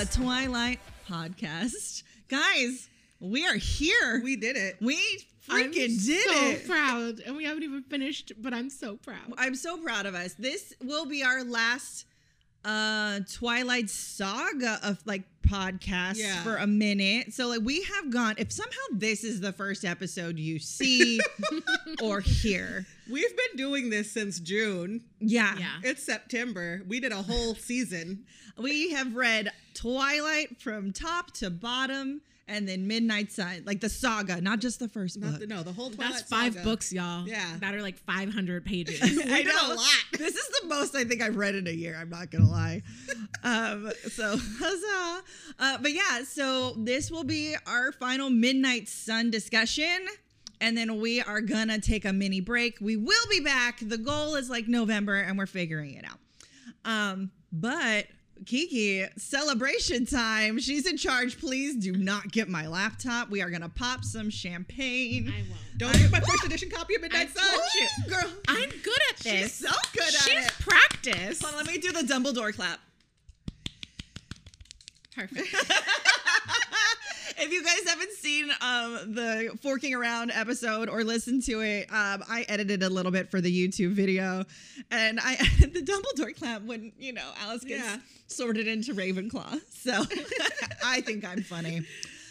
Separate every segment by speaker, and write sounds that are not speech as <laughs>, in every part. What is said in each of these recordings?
Speaker 1: a Twilight podcast. Guys, we are here. We,
Speaker 2: We did it.
Speaker 1: freaking
Speaker 3: I'm
Speaker 1: did
Speaker 3: so
Speaker 1: it.
Speaker 3: proud. And we haven't even finished, but I'm so proud.
Speaker 1: I'm so proud of us. This will be our last uh Twilight Saga of like podcasts
Speaker 2: Yeah.
Speaker 1: for a minute. So like we have gone if somehow this is the first episode you <laughs> see or hear.
Speaker 2: We've been doing this since June.
Speaker 1: Yeah.
Speaker 3: Yeah.
Speaker 2: It's September. We did a
Speaker 3: <laughs>
Speaker 2: whole season.
Speaker 1: We have read Twilight from top to bottom and then Midnight Sun, like the saga, not just the first book.
Speaker 2: Not the, no, the whole Twilight
Speaker 3: That's five
Speaker 2: Saga.
Speaker 3: books, y'all.
Speaker 2: Yeah.
Speaker 3: That are like 500 pages.
Speaker 2: We did a lot.
Speaker 1: <laughs> This is the most I think I've read in a year. I'm not gonna lie. <laughs> um, so <laughs> huzzah! Uh, but yeah, so this will be our final midnight sun discussion, and then we are gonna take a mini break. We will be back. The goal is like November, and we're figuring it out. Um, but Kiki, celebration time. She's in charge. Please do not get my laptop. We are gonna pop some champagne.
Speaker 3: I won't.
Speaker 2: Don't get my first edition copy of Midnight
Speaker 3: I told
Speaker 2: Sun.
Speaker 1: Ooh, girl.
Speaker 3: I'm good at
Speaker 1: She's
Speaker 3: this.
Speaker 1: so good at
Speaker 3: She's
Speaker 1: it.
Speaker 3: practiced.
Speaker 1: Hold on, let me do the Dumbledore clap.
Speaker 3: Perfect.
Speaker 1: if you guys haven't seen um, the forking around episode or listened to it, um, I edited a little bit for the YouTube video, and I <laughs> added the Dumbledore clap when you know Alice gets
Speaker 2: Yeah.
Speaker 1: sorted into Ravenclaw. So <laughs> I think I'm funny.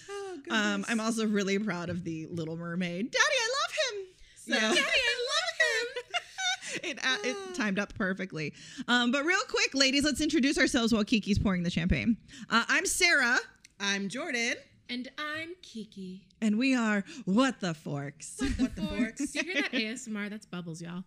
Speaker 2: Oh, goodness.
Speaker 1: Um, I'm also really proud of the Little Mermaid. Daddy, I love him. So.
Speaker 2: Yeah.
Speaker 1: I <laughs>
Speaker 2: Daddy,
Speaker 1: love him. it, uh, it timed up perfectly. Um, but real quick, ladies, let's introduce ourselves while Kiki's pouring the champagne. Uh, I'm Sarah.
Speaker 2: I'm Jordan.
Speaker 3: and I'm Kiki.
Speaker 1: And we are What the Forks.
Speaker 2: What the
Speaker 3: Forks.
Speaker 2: forks?
Speaker 3: you <laughs> hear that ASMR? That's bubbles, y'all.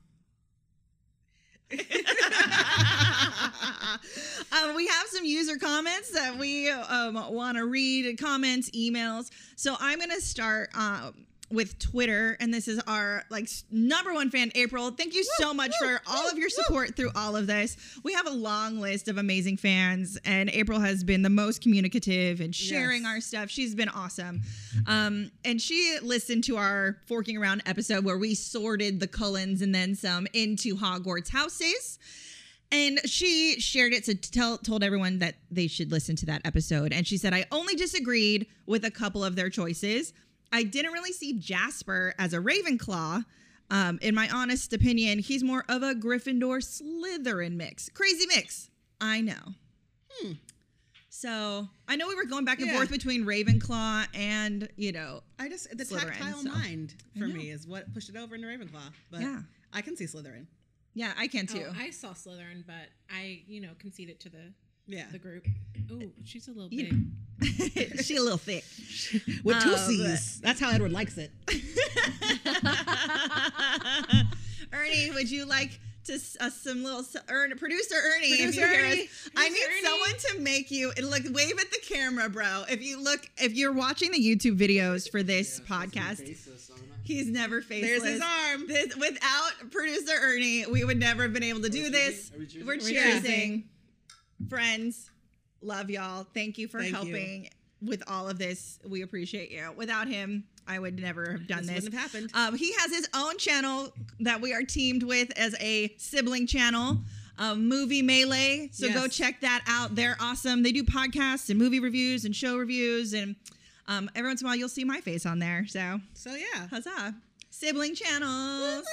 Speaker 1: um, we have some user comments that we um, want to read comments, emails. So I'm going to start um, with Twitter. And this is our like s- number one fan, April. Thank you so much for all of your support through all of this. We have a long list of amazing fans, and April has been the most communicative and sharing
Speaker 2: Yes.
Speaker 1: our stuff. She's been awesome. Um, and she listened to our Forking Around episode where we sorted the Cullens and then some into Hogwarts houses. And she shared it to tell told everyone that they should listen to that episode. And she said, I only disagreed with a couple of their choices. I didn't really see Jasper as a Ravenclaw. Um, in my honest opinion, he's more of a Gryffindor Slytherin mix. Crazy mix. I know. So I know we were going back and
Speaker 2: Yeah.
Speaker 1: forth between Ravenclaw and, you know,
Speaker 2: I just the
Speaker 1: Slytherin,
Speaker 2: tactile
Speaker 1: so.
Speaker 2: mind
Speaker 1: I
Speaker 2: for
Speaker 1: know.
Speaker 2: me is what pushed it over into Ravenclaw. But
Speaker 1: Yeah.
Speaker 2: I can see Slytherin.
Speaker 1: yeah, I can too.
Speaker 3: Oh, I saw Slytherin, but I, you know, conceded to the
Speaker 2: Yeah.
Speaker 3: the group. Oh, she's a little
Speaker 1: You
Speaker 3: big.
Speaker 1: <laughs> she a little thick.
Speaker 2: With two
Speaker 1: Um,
Speaker 3: Uh,
Speaker 2: C's. That's how Edward likes it.
Speaker 1: <laughs> Ernie, would you like to s- uh, some little s- Ern- producer Ernie? if
Speaker 2: Producer
Speaker 1: you hear us-
Speaker 2: Ernie.
Speaker 1: I
Speaker 3: Producer
Speaker 1: need
Speaker 3: Ernie.
Speaker 1: someone to make you and look. Wave at the camera, bro. If you look, if you're watching the YouTube videos for this podcast, he's never faceless.
Speaker 2: There's his arm.
Speaker 1: This, without producer Ernie, we would never have been able to do this.
Speaker 4: Are we cheersing?
Speaker 1: We're
Speaker 4: Are we
Speaker 2: cheersing?
Speaker 1: cheersing. Friends, love y'all. Thank you for
Speaker 2: Thank you.
Speaker 1: helping with all of this. We appreciate you. Without him, I would never have done
Speaker 2: This
Speaker 1: this.
Speaker 2: wouldn't have happened.
Speaker 1: Um, he has his own channel that we are teamed with as a sibling channel. Um, movie melee so go
Speaker 2: Yes.
Speaker 1: check that out they're awesome they do podcasts and movie reviews and show reviews and um, every once in a while you'll see my face on there so
Speaker 2: So yeah.
Speaker 1: Huzzah. Sibling channels.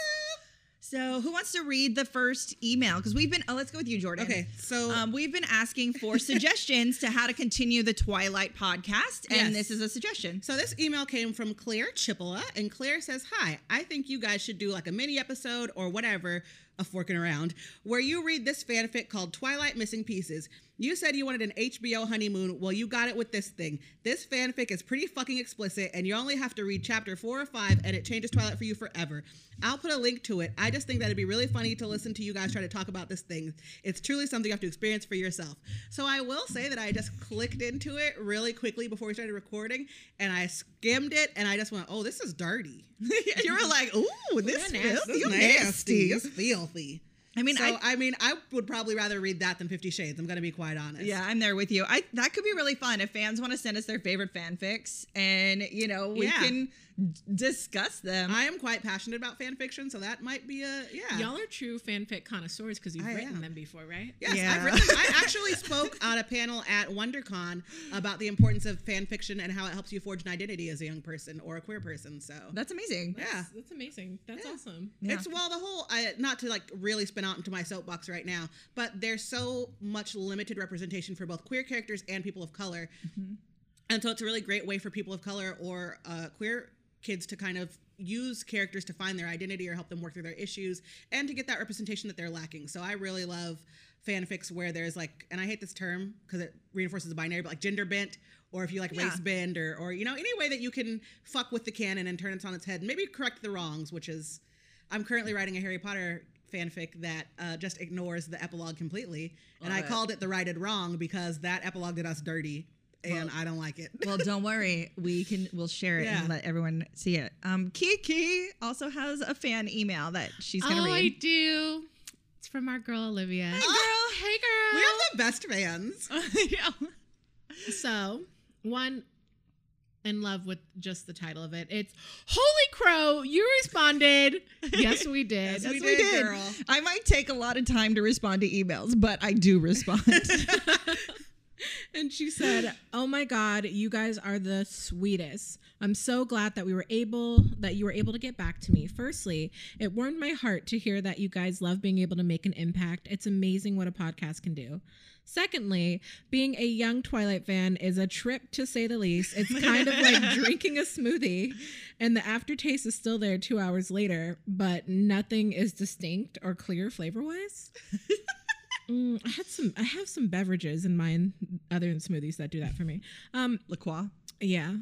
Speaker 1: So, who wants to read the first email? Because we've been, oh, let's go with you, Jordan.
Speaker 2: Okay. So
Speaker 1: Um, we've been asking for suggestions to how to continue the Twilight podcast, and
Speaker 2: Yes.
Speaker 1: this is a suggestion.
Speaker 2: So this email came from Claire Chippewa, and Claire says, "Hi, I think you guys should do like a mini episode or whatever, a forking around, where you read this fanfic called Twilight Missing Pieces. You said you wanted an HBO honeymoon. Well, you got it with this thing. This fanfic is pretty fucking explicit, and you only have to read chapter four or five, and it changes Twilight for you forever. I'll put a link to it. I just think that'd be really funny to listen to you guys try to talk about this thing. It's truly something you have to experience for yourself. So I will say that I just clicked into it really quickly before we started recording, and I skimmed it, and I just went, "Oh, <laughs> this is dirty." you were like, "Ooh, this
Speaker 3: You're
Speaker 2: feels
Speaker 3: nasty.
Speaker 2: you nasty. It's filthy."
Speaker 1: I mean,
Speaker 2: so
Speaker 1: I,
Speaker 2: I mean, I would probably rather read that than Fifty Shades. I'm gonna be quite honest.
Speaker 1: yeah, I'm there with you. I that could be really fun if fans want to send us their favorite fanfics, and you know we
Speaker 2: Yeah.
Speaker 1: can d- discuss them.
Speaker 2: I am quite passionate about fan fiction, so that might be a yeah.
Speaker 3: Y'all are true fanfic connoisseurs because you've
Speaker 2: I
Speaker 3: written
Speaker 2: am.
Speaker 3: them before, right?
Speaker 2: Yes,
Speaker 1: Yeah.
Speaker 2: I've written, I actually spoke on a panel at WonderCon about the importance of fan fiction and how it helps you forge an identity as a young person or a queer person. So
Speaker 1: That's amazing.
Speaker 2: Yeah.
Speaker 3: That's- That's amazing. That's
Speaker 2: Yeah.
Speaker 3: awesome.
Speaker 1: Yeah.
Speaker 2: it's well the whole I, not to like really spin out into my soapbox right now, but there's so much limited representation for both queer characters and people of color,
Speaker 1: Mm-hmm.
Speaker 2: and so it's a really great way for people of color or uh, queer kids to kind of use characters to find their identity or help them work through their issues and to get that representation that they're lacking. So I really love fanfics where there's like, and I hate this term because it reinforces the binary, but like gender bent, or if you like
Speaker 1: Yeah.
Speaker 2: race bend, or or you know any way that you can fuck with the canon and turn it on its head and maybe correct the wrongs, which is, I'm currently writing a Harry Potter fanfic that uh, just ignores the epilogue completely, and I
Speaker 1: Love it.
Speaker 2: called it the righted wrong because that epilogue did us dirty, and I don't like it.
Speaker 1: Well, don't worry. We can we'll share it
Speaker 2: Yeah.
Speaker 1: and let everyone see it. Um, Kiki also has a fan email that she's gonna
Speaker 3: oh, I
Speaker 1: read.
Speaker 3: do. It's from our girl Olivia. Hey,
Speaker 1: girl.
Speaker 3: Hey,
Speaker 2: We
Speaker 3: girl.
Speaker 2: have the best fans.
Speaker 3: <laughs> so one in love with just the title of it. It's Holy Crow, you responded. yes, we did.
Speaker 2: Yes, we
Speaker 1: Yes, we
Speaker 2: did,
Speaker 1: did.
Speaker 2: girl.
Speaker 1: I might take a lot of time to respond to emails, but I do respond. <laughs>
Speaker 3: and she said, "Oh my god, you guys are the sweetest. I'm so glad that we were able that you were able to get back to me. Firstly, it warmed my heart to hear that you guys love being able to make an impact. It's amazing what a podcast can do." Secondly, being a young Twilight fan is a trip to say the least. It's kind of like drinking a smoothie, and the aftertaste is still there two hours later, but nothing is distinct or clear flavor wise. Mm, I had some. I have some beverages in mine, other than smoothies, that do that for me. Um,
Speaker 1: LaCroix.
Speaker 3: yeah,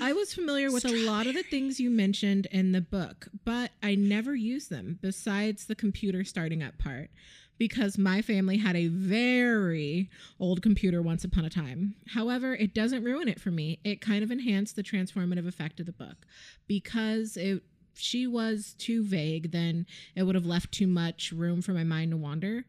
Speaker 3: I was familiar with a lot of the things you mentioned in the book, but I never used them. Besides the computer starting up part, because my family had a very old computer once upon a time. However, it doesn't ruin it for me. It kind of enhanced the transformative effect of the book because it. She was too vague, then it would have left too much room for my mind to wander.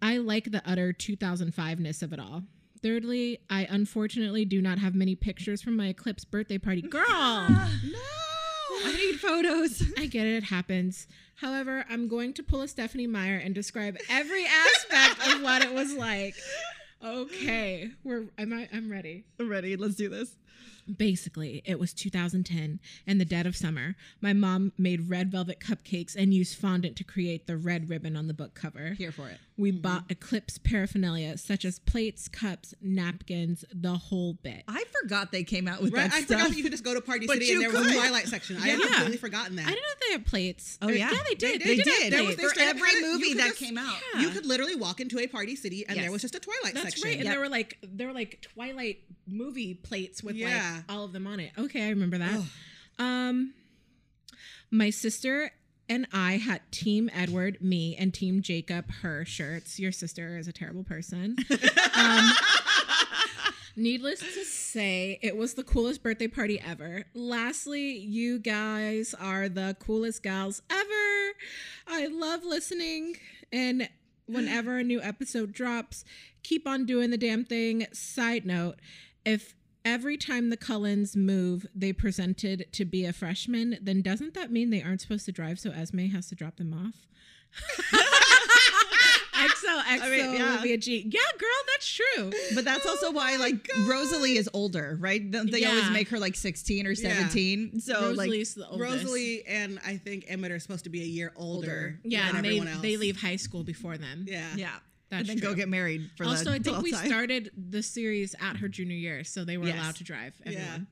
Speaker 3: I like the utter 2005 ness of it all. Thirdly, I unfortunately do not have many pictures from my Eclipse birthday party. Girl! I
Speaker 1: Ah, No, I need photos.
Speaker 3: get it, it happens. However, I'm going to pull a Stephanie Meyer and describe every aspect of what it was like. Okay, we're am I, I'm ready.
Speaker 1: I'm ready. Let's do this.
Speaker 3: Basically, it was 2010 and the dead of summer. My mom made red velvet cupcakes and used fondant to create the red ribbon on the book cover.
Speaker 1: Here for it.
Speaker 3: We bought Eclipse paraphernalia such as plates, cups, napkins, the whole bit.
Speaker 1: I forgot they came out with
Speaker 2: Right?
Speaker 1: that
Speaker 2: I
Speaker 1: stuff.
Speaker 2: forgot that you could just go to Party
Speaker 1: But
Speaker 2: City
Speaker 1: you
Speaker 2: and there was
Speaker 1: could.
Speaker 2: a Twilight section. I had
Speaker 3: Yeah.
Speaker 2: completely forgotten that.
Speaker 3: I didn't know if they had plates.
Speaker 1: Oh,
Speaker 3: Or-
Speaker 1: yeah.
Speaker 3: they did.
Speaker 1: They
Speaker 3: have
Speaker 1: did. There was-
Speaker 3: plates.
Speaker 1: For
Speaker 2: straight up
Speaker 1: every
Speaker 2: had it. You
Speaker 1: movie
Speaker 2: could
Speaker 1: that came out.
Speaker 2: You
Speaker 3: Yeah.
Speaker 2: could literally walk into a Party City and
Speaker 3: Yes.
Speaker 2: there was just a Twilight
Speaker 3: That's
Speaker 2: section.
Speaker 3: right. And
Speaker 1: Yep.
Speaker 3: there were like there were like Twilight movie plates with
Speaker 2: Yeah.
Speaker 3: like all of them on it. Okay, I remember that.
Speaker 2: Ugh.
Speaker 3: Um my sister and I had Team Edward, me, and Team Jacob, her shirts. Your sister is a terrible person. Um, needless to say, it was the coolest birthday party ever. Lastly, you guys are the coolest gals ever. I love listening. And whenever a new episode drops, keep on doing the damn thing. Side note if every time the Cullens move, they presented to be a freshman, then doesn't that mean they aren't supposed to drive? So Esme has to drop
Speaker 1: <laughs>
Speaker 3: them off? <laughs> XOXO
Speaker 1: I mean, yeah.
Speaker 3: Olivia G. Yeah, girl, that's true.
Speaker 1: But that's also why, like, Rosalie is older, right? Don't They always
Speaker 3: Yeah.
Speaker 1: make her like 16 or
Speaker 2: Yeah.
Speaker 1: 17. So, like,
Speaker 3: Rosalie's the oldest.
Speaker 2: Rosalie and I think Emmett are supposed to be a year older,
Speaker 1: Older.
Speaker 3: Yeah,
Speaker 2: than
Speaker 3: and they,
Speaker 2: everyone else.
Speaker 3: they leave high school before them.
Speaker 2: Yeah.
Speaker 1: yeah. and
Speaker 3: That's
Speaker 1: then go
Speaker 3: true.
Speaker 1: get married for
Speaker 3: also,
Speaker 1: the
Speaker 3: I think
Speaker 1: twelfth
Speaker 3: we
Speaker 1: time.
Speaker 3: started the series at her junior year, so they were
Speaker 1: Yes.
Speaker 3: allowed to drive.
Speaker 2: Yeah.
Speaker 3: Everyone.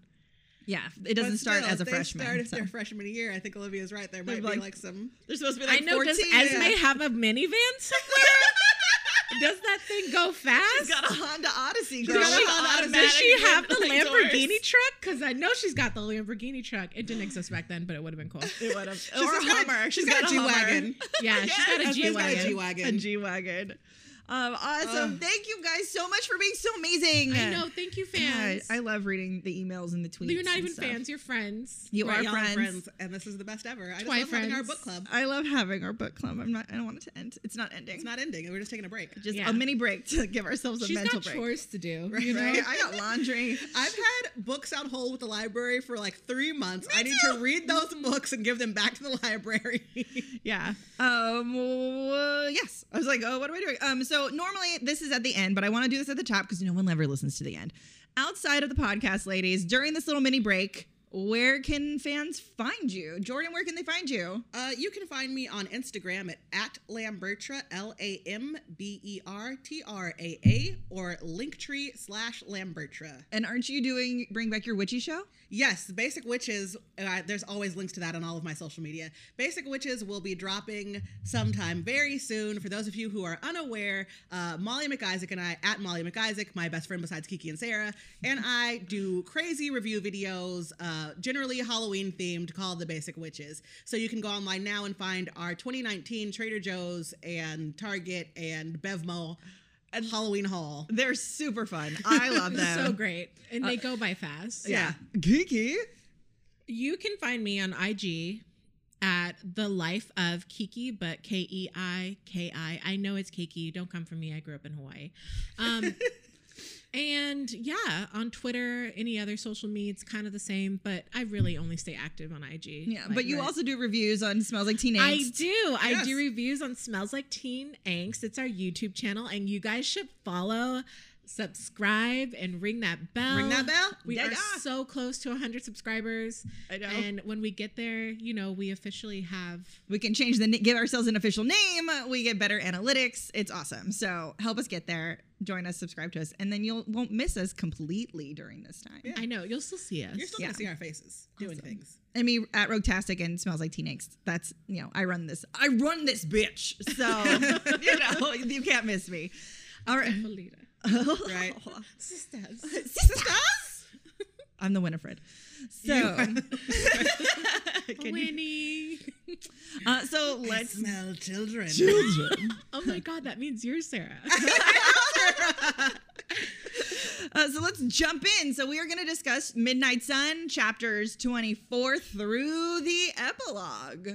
Speaker 1: Yeah, it doesn't
Speaker 2: But
Speaker 1: start
Speaker 2: still,
Speaker 1: as a
Speaker 2: if they
Speaker 1: freshman.
Speaker 2: Start if
Speaker 1: so.
Speaker 2: their freshman year. I think Olivia's right. There
Speaker 1: They're
Speaker 2: might
Speaker 1: like-
Speaker 2: be like some.
Speaker 1: They're supposed to be
Speaker 3: I know. does
Speaker 1: 14.
Speaker 3: Esme
Speaker 2: yeah.
Speaker 3: have a minivan
Speaker 1: <laughs>
Speaker 3: somewhere? does that thing go
Speaker 1: She's
Speaker 3: fast?
Speaker 1: got a Honda Odyssey,
Speaker 2: She's
Speaker 1: girl.
Speaker 2: got a
Speaker 3: She-
Speaker 2: Honda Odyssey.
Speaker 3: does she
Speaker 1: Automatic <laughs>
Speaker 3: have the
Speaker 1: windows.
Speaker 3: Lamborghini truck? Because I know she's got the Lamborghini truck. It didn't exist back then, but it would have
Speaker 1: <laughs>
Speaker 3: been cool.
Speaker 1: It would have.
Speaker 2: She's
Speaker 1: Or a
Speaker 2: got a-
Speaker 1: Hummer.
Speaker 2: she's got a
Speaker 1: Hummer.
Speaker 2: G-Wagon.
Speaker 3: Yeah, she's got a
Speaker 2: Esme's
Speaker 3: G
Speaker 2: got a
Speaker 3: wagon.
Speaker 2: G-Wagon.
Speaker 1: A G wagon. Um, awesome.
Speaker 2: Ugh.
Speaker 1: Thank you guys so much for being so amazing.
Speaker 3: I know. Thank you, fans.
Speaker 1: God, I love reading the emails and the tweets.
Speaker 3: You're not
Speaker 1: and
Speaker 3: even
Speaker 1: stuff.
Speaker 3: fans. You're friends.
Speaker 1: You
Speaker 2: Right,
Speaker 1: are
Speaker 2: y'all
Speaker 1: friends.
Speaker 2: and this is the best ever. I just
Speaker 3: Twi
Speaker 2: love having our
Speaker 3: friends.
Speaker 2: book club.
Speaker 1: I love having our book club. I'm not. I don't want it to end. It's not ending.
Speaker 2: It's not ending. We're just taking a break.
Speaker 1: Just
Speaker 3: Yeah.
Speaker 1: a mini break to give ourselves a
Speaker 3: She's
Speaker 1: mental
Speaker 3: got
Speaker 1: break.
Speaker 3: chores to do.
Speaker 2: Right,
Speaker 3: you know?
Speaker 2: right.
Speaker 1: I got laundry.
Speaker 2: I've had books on hold with the library for like three months. I need to read those books and give them back to the library. <laughs>
Speaker 1: Yeah. Um. uh, yes. I was like, oh, what am I doing? Um. So normally this is at the end, but I want to do this at the top because no one ever listens to the end. Outside of the podcast, ladies, during this little mini break, where can fans find you? Jordan, where can they find you?
Speaker 2: Uh, you can find me on Instagram at, at Lambertra, L A M B E R T R A A, or Linktree slash Lambertra.
Speaker 1: And aren't you doing Bring Back Your Witchy Show?
Speaker 2: Yes, Basic Witches, uh, there's always links to that on all of my social media. Basic Witches will be dropping sometime very soon. For those of you who are unaware, uh, Molly McIsaac and I, at Molly McIsaac, my best friend besides Kiki and Sarah, and I do crazy review videos, uh, generally Halloween themed, called The Basic Witches. So you can go online now and find our 2019 Trader Joe's and Target and Bevmo Halloween haul.
Speaker 1: They're super
Speaker 2: <laughs>
Speaker 1: fun. I love them.
Speaker 3: so great. And they go by fast.
Speaker 1: Uh, Yeah. Geeky.
Speaker 3: You can find me on IG at the life of Kiki, but K E I K I. I know it's Kiki. Don't come for me. I grew up in Hawaii.
Speaker 1: <laughs>
Speaker 3: Um, and yeah, on Twitter, any other social media, it's kind of the same. But I really only stay active on IG.
Speaker 1: Yeah.
Speaker 3: Like,
Speaker 1: but you
Speaker 3: right.
Speaker 1: also do reviews on Smells Like Teen
Speaker 3: I
Speaker 1: Angst.
Speaker 3: do. I
Speaker 2: Yes.
Speaker 3: do reviews on Smells Like Teen Angst. It's our YouTube channel, and you guys should follow, subscribe, and ring that bell.
Speaker 2: Ring that bell.
Speaker 3: We
Speaker 1: Yeah,
Speaker 3: are
Speaker 1: yeah.
Speaker 3: so close to 100 subscribers.
Speaker 1: I know.
Speaker 3: And when we get there, you know, we officially have.
Speaker 1: We can change the na- give ourselves an official name. We get better analytics. It's awesome. So help us get there. Join us, subscribe to us, and then you won't miss us completely during this time.
Speaker 2: Yeah.
Speaker 3: I know you'll still see us.
Speaker 2: You're still going
Speaker 1: Yeah.
Speaker 2: to see our faces doing
Speaker 1: Awesome.
Speaker 2: things.
Speaker 1: I mean, at Roguetastic and smells like Teen Angst. That's you know, I run this. I run this bitch. So <laughs>
Speaker 3: <laughs>
Speaker 1: you know, you can't miss me. All right, <laughs>
Speaker 3: <laughs> Felita.
Speaker 1: right.
Speaker 3: Sisters.
Speaker 1: Sisters? I'm the Winifred. So, Can you-
Speaker 3: Winnie.
Speaker 1: uh, so
Speaker 3: <laughs>
Speaker 1: let's
Speaker 2: smell children.
Speaker 3: oh my God, that means you're Sarah.
Speaker 1: Uh, so let's jump in. So we are going to discuss Midnight Sun chapters 24 through the epilogue,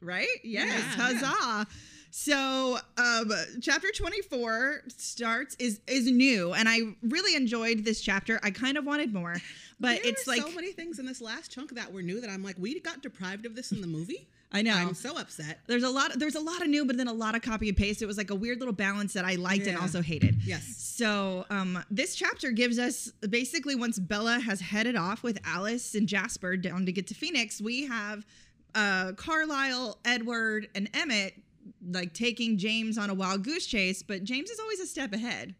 Speaker 1: right? Yes,
Speaker 2: Yeah, yeah.
Speaker 1: huzzah. So um, chapter 24 starts is is new and I really enjoyed this chapter. I kind of wanted
Speaker 2: <laughs>
Speaker 1: more, but
Speaker 2: There
Speaker 1: it's
Speaker 2: were
Speaker 1: like
Speaker 2: so many things in this last chunk that were new that I'm like, we got deprived of this in
Speaker 1: <laughs>
Speaker 2: the movie.
Speaker 1: I know.
Speaker 2: I'm so upset.
Speaker 1: there's a lot there's a lot of new but then a lot of copy and paste. It was like a weird little balance that I liked and
Speaker 2: Yeah.
Speaker 1: also hated.
Speaker 2: Yes.
Speaker 1: So, um, this chapter gives us basically once Bella has headed off with Alice and Jasper down to get to Phoenix, we have uh, Carlisle, Edward, and Emmett like taking James on a wild goose chase, but James is always a step ahead.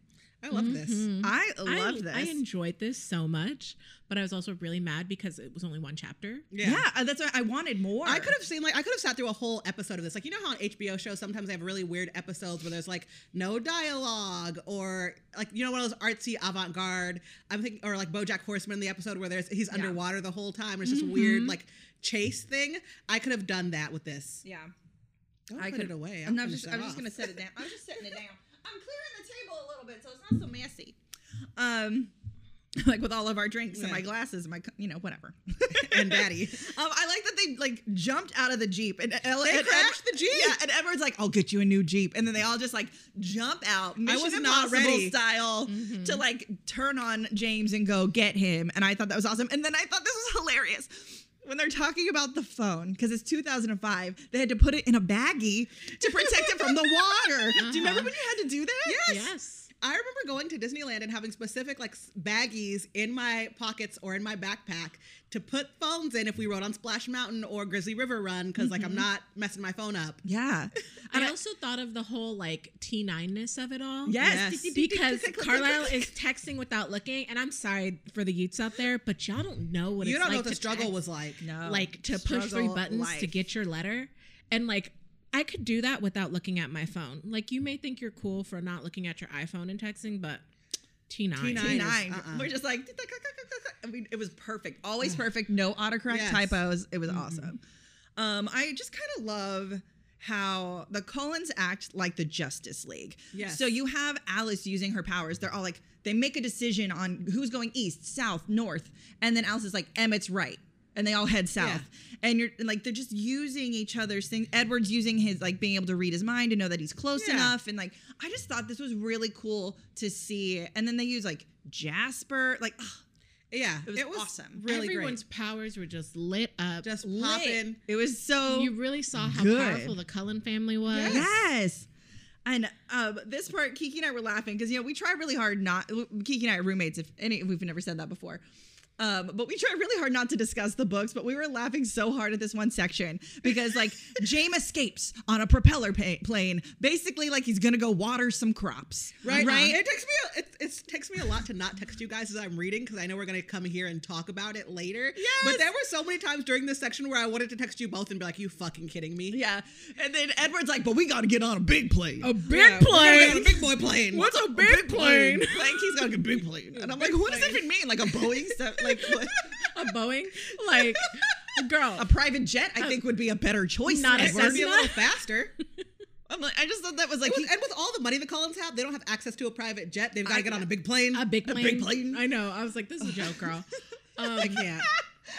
Speaker 2: I love this.
Speaker 1: I love this.
Speaker 3: Mm-hmm. I enjoyed this so much, but I was also really mad because it was only one chapter.
Speaker 1: yeah. uh, that's why I wanted more.
Speaker 2: I could have seen like I could have sat through a whole episode of this. Like you know how on HBO shows sometimes they have really weird episodes where there's like no dialogue or like you know one of those artsy avant garde. I'm thinking or like BoJack Horseman the episode where there's he's underwater the whole time. It's just a
Speaker 1: Mm-hmm.
Speaker 2: weird like chase thing. I could have done that with this.
Speaker 1: Yeah.
Speaker 2: Don't
Speaker 1: I
Speaker 2: put
Speaker 1: could-
Speaker 2: it away.
Speaker 1: I'm
Speaker 2: I'll
Speaker 1: not
Speaker 2: finish
Speaker 1: just.
Speaker 2: that
Speaker 1: I'm just
Speaker 2: off.
Speaker 1: gonna set it down. I'm just setting it down. I'm clearing the table a little bit so it's not so messy. Um, <laughs> like with all of our drinks and my
Speaker 2: Yeah.
Speaker 1: glasses, and my cu- you know whatever.
Speaker 2: and Daddy. <laughs>
Speaker 1: Um, I like that they like jumped out of the jeep and Ella
Speaker 2: They
Speaker 1: and,
Speaker 2: crashed the Jeep.
Speaker 1: Yeah, and Edward's like, "I'll get you a new jeep," and then they all just like jump out, Mission
Speaker 2: was not
Speaker 1: Impossible
Speaker 2: ready.
Speaker 1: style,
Speaker 3: Mm-hmm.
Speaker 1: to like turn on James and go get him. And I thought that was awesome. And then I thought this was hilarious. When they're talking about the phone, because it's 2005, they had to put it in a baggie to protect it
Speaker 3: <laughs>
Speaker 1: from the water. Do you remember when you had to do that?
Speaker 3: Uh-huh. Yes.
Speaker 2: I remember going to Disneyland and having specific like s- baggies in my pockets or in my backpack to put phones in if we rode on Splash Mountain or Grizzly River Run because like I'm not messing my phone up.
Speaker 1: Yeah.
Speaker 3: I also thought of the whole like T ness of it all.
Speaker 1: Yes.
Speaker 2: Yes.
Speaker 3: Because Carlisle is texting without looking, and I'm sorry for the youths out there, but y'all don't know what
Speaker 2: you
Speaker 3: it's
Speaker 2: don't
Speaker 3: like
Speaker 2: know what the
Speaker 3: to
Speaker 2: struggle
Speaker 3: text,
Speaker 2: was like.
Speaker 1: No.
Speaker 3: <laughs> like to push three
Speaker 1: Um, Struggle
Speaker 3: buttons to
Speaker 1: life.
Speaker 3: get your letter, and like I could do that without looking at my phone. Like you may think you're cool for not looking at your iPhone and texting, but T nine.
Speaker 2: T9.
Speaker 1: nine.
Speaker 2: Uh-uh.
Speaker 1: We're just like, I mean, it was perfect. Always perfect. No autocorrect
Speaker 2: Yes.
Speaker 1: typos. It was awesome. Um, I just kind of love how the Cullens act like the Justice League.
Speaker 2: Yes.
Speaker 1: So you have Alice using her powers. They're all like, they make a decision on who's going east, south, north. And then Alice is like, Emmett's right. And they all head south. And you're and, like, they're just using each other's things. Edward's using his, like, being able to read his mind to know that he's close
Speaker 2: Yeah.
Speaker 1: enough. And like, I just thought this was really cool to see. And then they use, like, Jasper. Like, ugh,
Speaker 2: Yeah,
Speaker 1: It was awesome.
Speaker 2: Really
Speaker 3: Everyone's powers were just lit up.
Speaker 2: great. Just
Speaker 3: lit.
Speaker 2: popping.
Speaker 1: it was so.
Speaker 3: You really saw how
Speaker 1: Good.
Speaker 3: powerful the Cullen family was.
Speaker 1: Yes. And um, this part, Kiki and I were laughing because you know we try really hard not. Kiki and I are roommates. If any, we've never said that before. Um, but we try really hard not to discuss the books, but we were laughing so hard at this one section because, like, James escapes on a propeller pa- plane, basically like he's gonna go water some crops,
Speaker 2: Right,
Speaker 1: Right?
Speaker 2: It takes me a, it, it's takes me a lot to not text you guys as I'm reading because I know we're gonna come here and talk about it later. Yeah, but there were so many times during this section where I wanted to text you both and be like, "You fucking kidding me?"
Speaker 1: Yeah. And then Edward's like, "But we gotta get on a big plane."
Speaker 3: A big
Speaker 2: We're on a
Speaker 3: plane.
Speaker 2: big boy plane.
Speaker 3: What's a big, plane?
Speaker 1: Like he's got a big
Speaker 2: <laughs>
Speaker 1: plane, and I'm like, "What does that even mean? Like a Boeing?
Speaker 3: <laughs>
Speaker 1: stuff? like what?
Speaker 3: a Boeing? Like, girl.
Speaker 1: a private jet? I think would be a better choice."
Speaker 3: Not a
Speaker 2: It
Speaker 1: Edward.
Speaker 2: would be a
Speaker 3: Cessna?
Speaker 2: little faster. <laughs>
Speaker 1: I'm like, I just thought that was like,
Speaker 2: With-
Speaker 1: he-
Speaker 2: and with all the money the Collins have, they don't have access to a private jet. They've got
Speaker 1: I-
Speaker 2: to get on a big plane.
Speaker 3: a big plane.
Speaker 1: big plane.
Speaker 3: I know. I was like, this is a joke, girl. Um,
Speaker 2: I can't.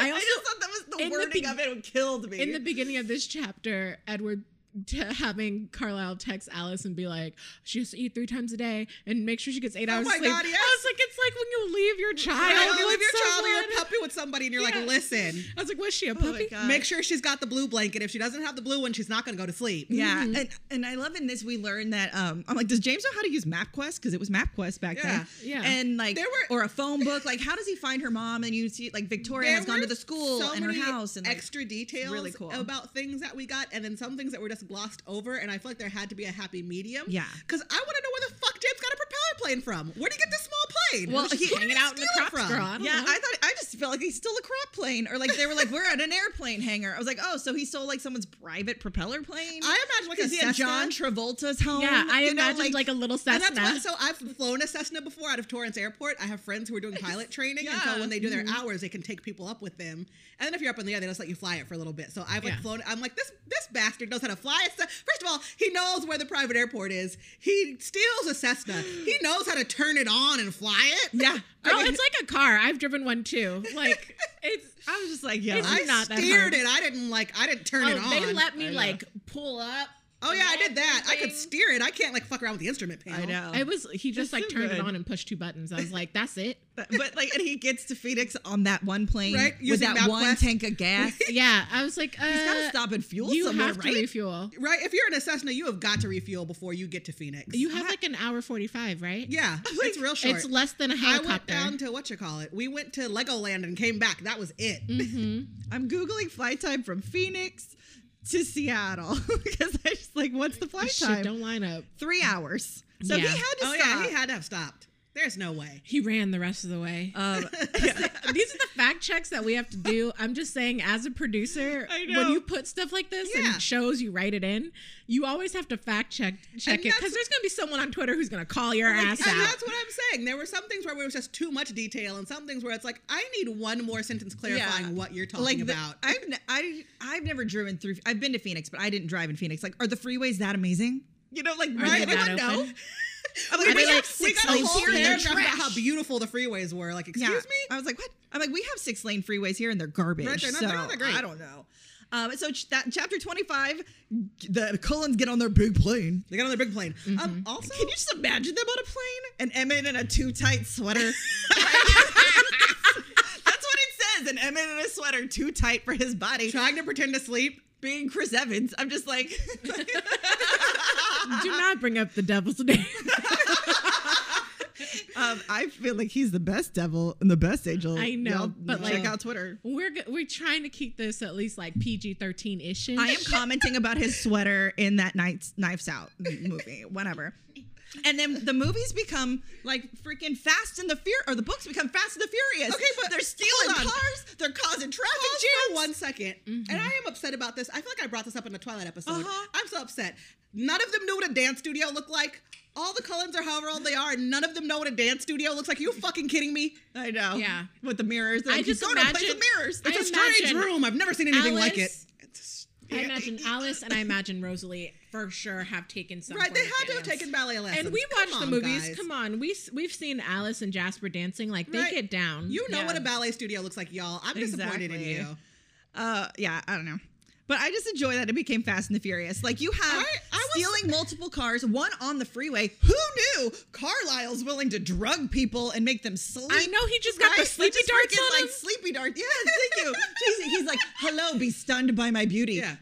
Speaker 3: I
Speaker 1: I
Speaker 3: also
Speaker 1: just thought that was the
Speaker 3: in the
Speaker 1: wording
Speaker 3: be-
Speaker 1: of it killed me.
Speaker 3: in the beginning of this chapter, Edward t- having Carlisle text Alice and be like, she has to eat three times a day and make sure she gets eight hours
Speaker 2: my
Speaker 3: sleep.
Speaker 2: God, yes.
Speaker 3: I was like, it's like when you leave your
Speaker 2: I
Speaker 3: child.
Speaker 2: you
Speaker 3: with
Speaker 2: leave your child
Speaker 3: someone.
Speaker 2: or your puppy with somebody, and you're
Speaker 3: Yeah.
Speaker 2: like, "Listen,
Speaker 3: I was like, was she a puppy?
Speaker 1: God.
Speaker 2: make sure she's got the blue blanket. If she doesn't have the blue one, she's not gonna go to sleep."
Speaker 1: yeah, Mm-hmm. and and I love in this we learned that um I'm like, does James know how to use MapQuest because it was MapQuest back then?
Speaker 3: Yeah, yeah.
Speaker 1: And like
Speaker 2: There were-
Speaker 1: or a phone book. Like, how does he find her mom? And you see like Victoria
Speaker 2: There
Speaker 1: has gone
Speaker 2: were
Speaker 1: to the school
Speaker 2: so
Speaker 1: and her
Speaker 2: many
Speaker 1: house and like,
Speaker 2: extra details
Speaker 1: really cool.
Speaker 2: about things that we got, and then some things that were just glossed over. And I feel like there had to be a happy medium.
Speaker 1: Yeah.
Speaker 2: because I want to know where the fuck James got a propeller plane from. Where would he get this small plane?
Speaker 3: Well,
Speaker 2: Who did
Speaker 3: he's hanging
Speaker 2: he
Speaker 3: out in the
Speaker 2: steal it
Speaker 3: crops,
Speaker 2: from?
Speaker 3: girl. I don't
Speaker 1: yeah,
Speaker 3: know.
Speaker 1: I thought I just felt like he stole a crop plane, or like they were like, we're at an airplane hangar. I was like, oh, so he stole like someone's private propeller plane.
Speaker 2: I imagine like a
Speaker 1: because he had
Speaker 2: Cessna.
Speaker 1: John Travolta's home.
Speaker 3: yeah, I
Speaker 1: you know,
Speaker 3: imagined like, a little
Speaker 2: And
Speaker 3: Cessna.
Speaker 2: that's why, so I've flown a Cessna before out of Torrance Airport. I have friends who are doing pilot training, and
Speaker 1: Yeah.
Speaker 2: so when they do their
Speaker 3: Mm-hmm.
Speaker 2: hours, they can take people up with them. And then if you're up in the air, they just let you fly it for a little bit. So I've like
Speaker 3: Yeah.
Speaker 2: flown. I'm like this this bastard knows how to fly. a Ce- First of all, he knows where the private airport is. He steals a Cessna.
Speaker 3: <gasps>
Speaker 2: he knows how to turn it on and fly it.
Speaker 1: yeah.
Speaker 3: Girl, it's like a car. I've driven one too. Like it's.
Speaker 1: I was just like, yeah,
Speaker 3: It's-
Speaker 2: <laughs> I
Speaker 3: not that
Speaker 2: steered
Speaker 3: hard.
Speaker 2: it. I didn't like. I didn't turn it
Speaker 3: Oh,
Speaker 2: on.
Speaker 3: they let me
Speaker 1: I know.
Speaker 3: like pull up.
Speaker 2: Oh yeah, I did that. I could
Speaker 3: everything.
Speaker 2: steer it. I can't like fuck around with the instrument panel.
Speaker 1: I know.
Speaker 3: It was he just
Speaker 1: That's
Speaker 3: like
Speaker 1: so
Speaker 3: turned it
Speaker 1: good.
Speaker 3: on and pushed two buttons. I was like, that's it.
Speaker 1: But, but like, and he gets to Phoenix on that one plane
Speaker 2: Right,
Speaker 1: with
Speaker 2: using
Speaker 1: that one
Speaker 2: MapQuest.
Speaker 1: tank of gas.
Speaker 3: Yeah, I was like, uh,
Speaker 1: He's got to stop and fuel
Speaker 3: you
Speaker 1: somewhere,
Speaker 3: have to
Speaker 1: right?
Speaker 3: refuel.
Speaker 2: Right? If you're in a Cessna, you have got to refuel before you get to Phoenix.
Speaker 3: You have like an hour forty five, right? <laughs>
Speaker 2: yeah, it's real short.
Speaker 3: it's less than a
Speaker 2: I went
Speaker 3: helicopter.
Speaker 2: down to what you call it. We went to Legoland and came back. That was it.
Speaker 1: Mm-hmm. I'm googling flight time from Phoenix to Seattle <laughs> because I just like, what's the flight
Speaker 3: Shit,
Speaker 1: time?
Speaker 3: don't line up.
Speaker 1: Three hours. So he
Speaker 3: Yeah.
Speaker 1: had to
Speaker 2: <laughs> Oh
Speaker 1: stop.
Speaker 2: yeah, he had to have stopped. There's no way.
Speaker 3: He ran the rest of the way. <laughs>
Speaker 1: Um,
Speaker 3: These are the fact checks that we have to do. I'm just saying, as a producer,
Speaker 1: I know.
Speaker 3: when you put stuff like this
Speaker 2: Yeah.
Speaker 3: and shows you write it in, you always have to fact check check
Speaker 2: And
Speaker 3: it
Speaker 2: that's-
Speaker 3: because there's gonna be someone on Twitter who's gonna call your
Speaker 2: Like,
Speaker 3: ass
Speaker 2: and
Speaker 3: out.
Speaker 2: that's what I'm saying. There were some things where it was just too much detail, and some things where it's like, I need one more sentence clarifying
Speaker 1: Yeah.
Speaker 2: what you're talking
Speaker 1: like the-
Speaker 2: about.
Speaker 1: I've n- I I've never driven through. I've been to Phoenix, but I didn't drive in Phoenix. Like, are the freeways that amazing? You know, like
Speaker 3: Are
Speaker 1: right?
Speaker 3: they
Speaker 1: I
Speaker 3: that
Speaker 1: don't know.
Speaker 3: open?
Speaker 1: I'm <laughs>
Speaker 2: we,
Speaker 1: like, we
Speaker 2: got-
Speaker 1: have
Speaker 2: we
Speaker 1: six
Speaker 2: got a
Speaker 1: lanes
Speaker 2: whole
Speaker 1: here. and they're
Speaker 2: paragraph about
Speaker 1: trash.
Speaker 2: how beautiful the freeways were. Like, excuse
Speaker 1: Yeah.
Speaker 2: me.
Speaker 1: I was like, what? I'm like, we have six lane freeways here and they're garbage.
Speaker 2: Right, they're not-
Speaker 1: so
Speaker 2: they're not that great.
Speaker 1: I don't know. Um, so ch- that chapter 25, the Cullens get on their big plane.
Speaker 2: They got on their big plane.
Speaker 1: Mm-hmm.
Speaker 2: Um, also,
Speaker 1: Can you just imagine them on a plane? And Emmett in a too tight <laughs> sweater. That's what it says. An Emmett in a sweater too tight for his body.
Speaker 2: trying to pretend to sleep.
Speaker 1: Being Chris Evans, I'm just <laughs> like,
Speaker 3: Do not bring up the devil's <laughs> name.
Speaker 1: um, I feel like he's the best devil and the best angel.
Speaker 3: I know,
Speaker 1: Y'all
Speaker 3: but,
Speaker 1: check
Speaker 3: like-
Speaker 1: out Twitter.
Speaker 3: We're go- we're trying to keep this at least like PG thirteen ish.
Speaker 1: I am commenting about his sweater in that Knives, Knives Out movie, whatever. And then the movies become like freaking Fast and the Fear, or the books become Fast and the Furious.
Speaker 2: Okay, but
Speaker 1: they're stealing
Speaker 2: hold on.
Speaker 1: cars, they're causing traffic
Speaker 2: Pause
Speaker 1: jams.
Speaker 2: for one second. And I am upset about this. I feel like I brought this up in the Twilight episode.
Speaker 1: Uh-huh.
Speaker 2: I'm so upset. None of them knew what a dance studio looked like. All the Cullens are however old they are, and none of them know what a dance studio looks like. Are you fucking kidding me?
Speaker 1: I know.
Speaker 3: Yeah.
Speaker 1: with the mirrors, they're
Speaker 3: I
Speaker 1: like,
Speaker 3: just
Speaker 1: you go to a place
Speaker 3: imagine-
Speaker 1: with mirrors.
Speaker 3: I
Speaker 2: It's a strange
Speaker 3: imagine
Speaker 2: room. I've never seen anything like it.
Speaker 3: Alice-
Speaker 2: It's,
Speaker 3: I
Speaker 2: <laughs>
Speaker 3: imagine Alice and I imagine Rosalie for sure have taken some.
Speaker 2: Right,
Speaker 3: form
Speaker 2: they
Speaker 3: of
Speaker 2: had to have
Speaker 3: dance.
Speaker 2: taken ballet lessons.
Speaker 3: And we
Speaker 2: Come
Speaker 3: watch the
Speaker 2: on,
Speaker 3: movies.
Speaker 2: guys.
Speaker 3: Come on, we s- we've seen Alice and Jasper dancing. Like they
Speaker 2: Right.
Speaker 3: get down.
Speaker 2: You know
Speaker 3: Yeah.
Speaker 2: what a ballet studio looks like, y'all. I'm disappointed in
Speaker 1: Exactly.
Speaker 2: you.
Speaker 1: Uh, yeah, I don't know. But I just enjoy that it became Fast and the Furious. Like you have
Speaker 2: I- I was-
Speaker 1: stealing multiple cars, one on the freeway. Who knew Carlisle's willing to drug people and make them sleep?
Speaker 3: I know he just got the
Speaker 1: Right? Like,
Speaker 3: sleepy
Speaker 1: just
Speaker 3: darts
Speaker 1: freaking,
Speaker 3: on
Speaker 1: like
Speaker 3: him.
Speaker 1: sleepy dart. Yeah, thank you. Jeez, he's like, hello, be stunned by my beauty.
Speaker 2: Yeah.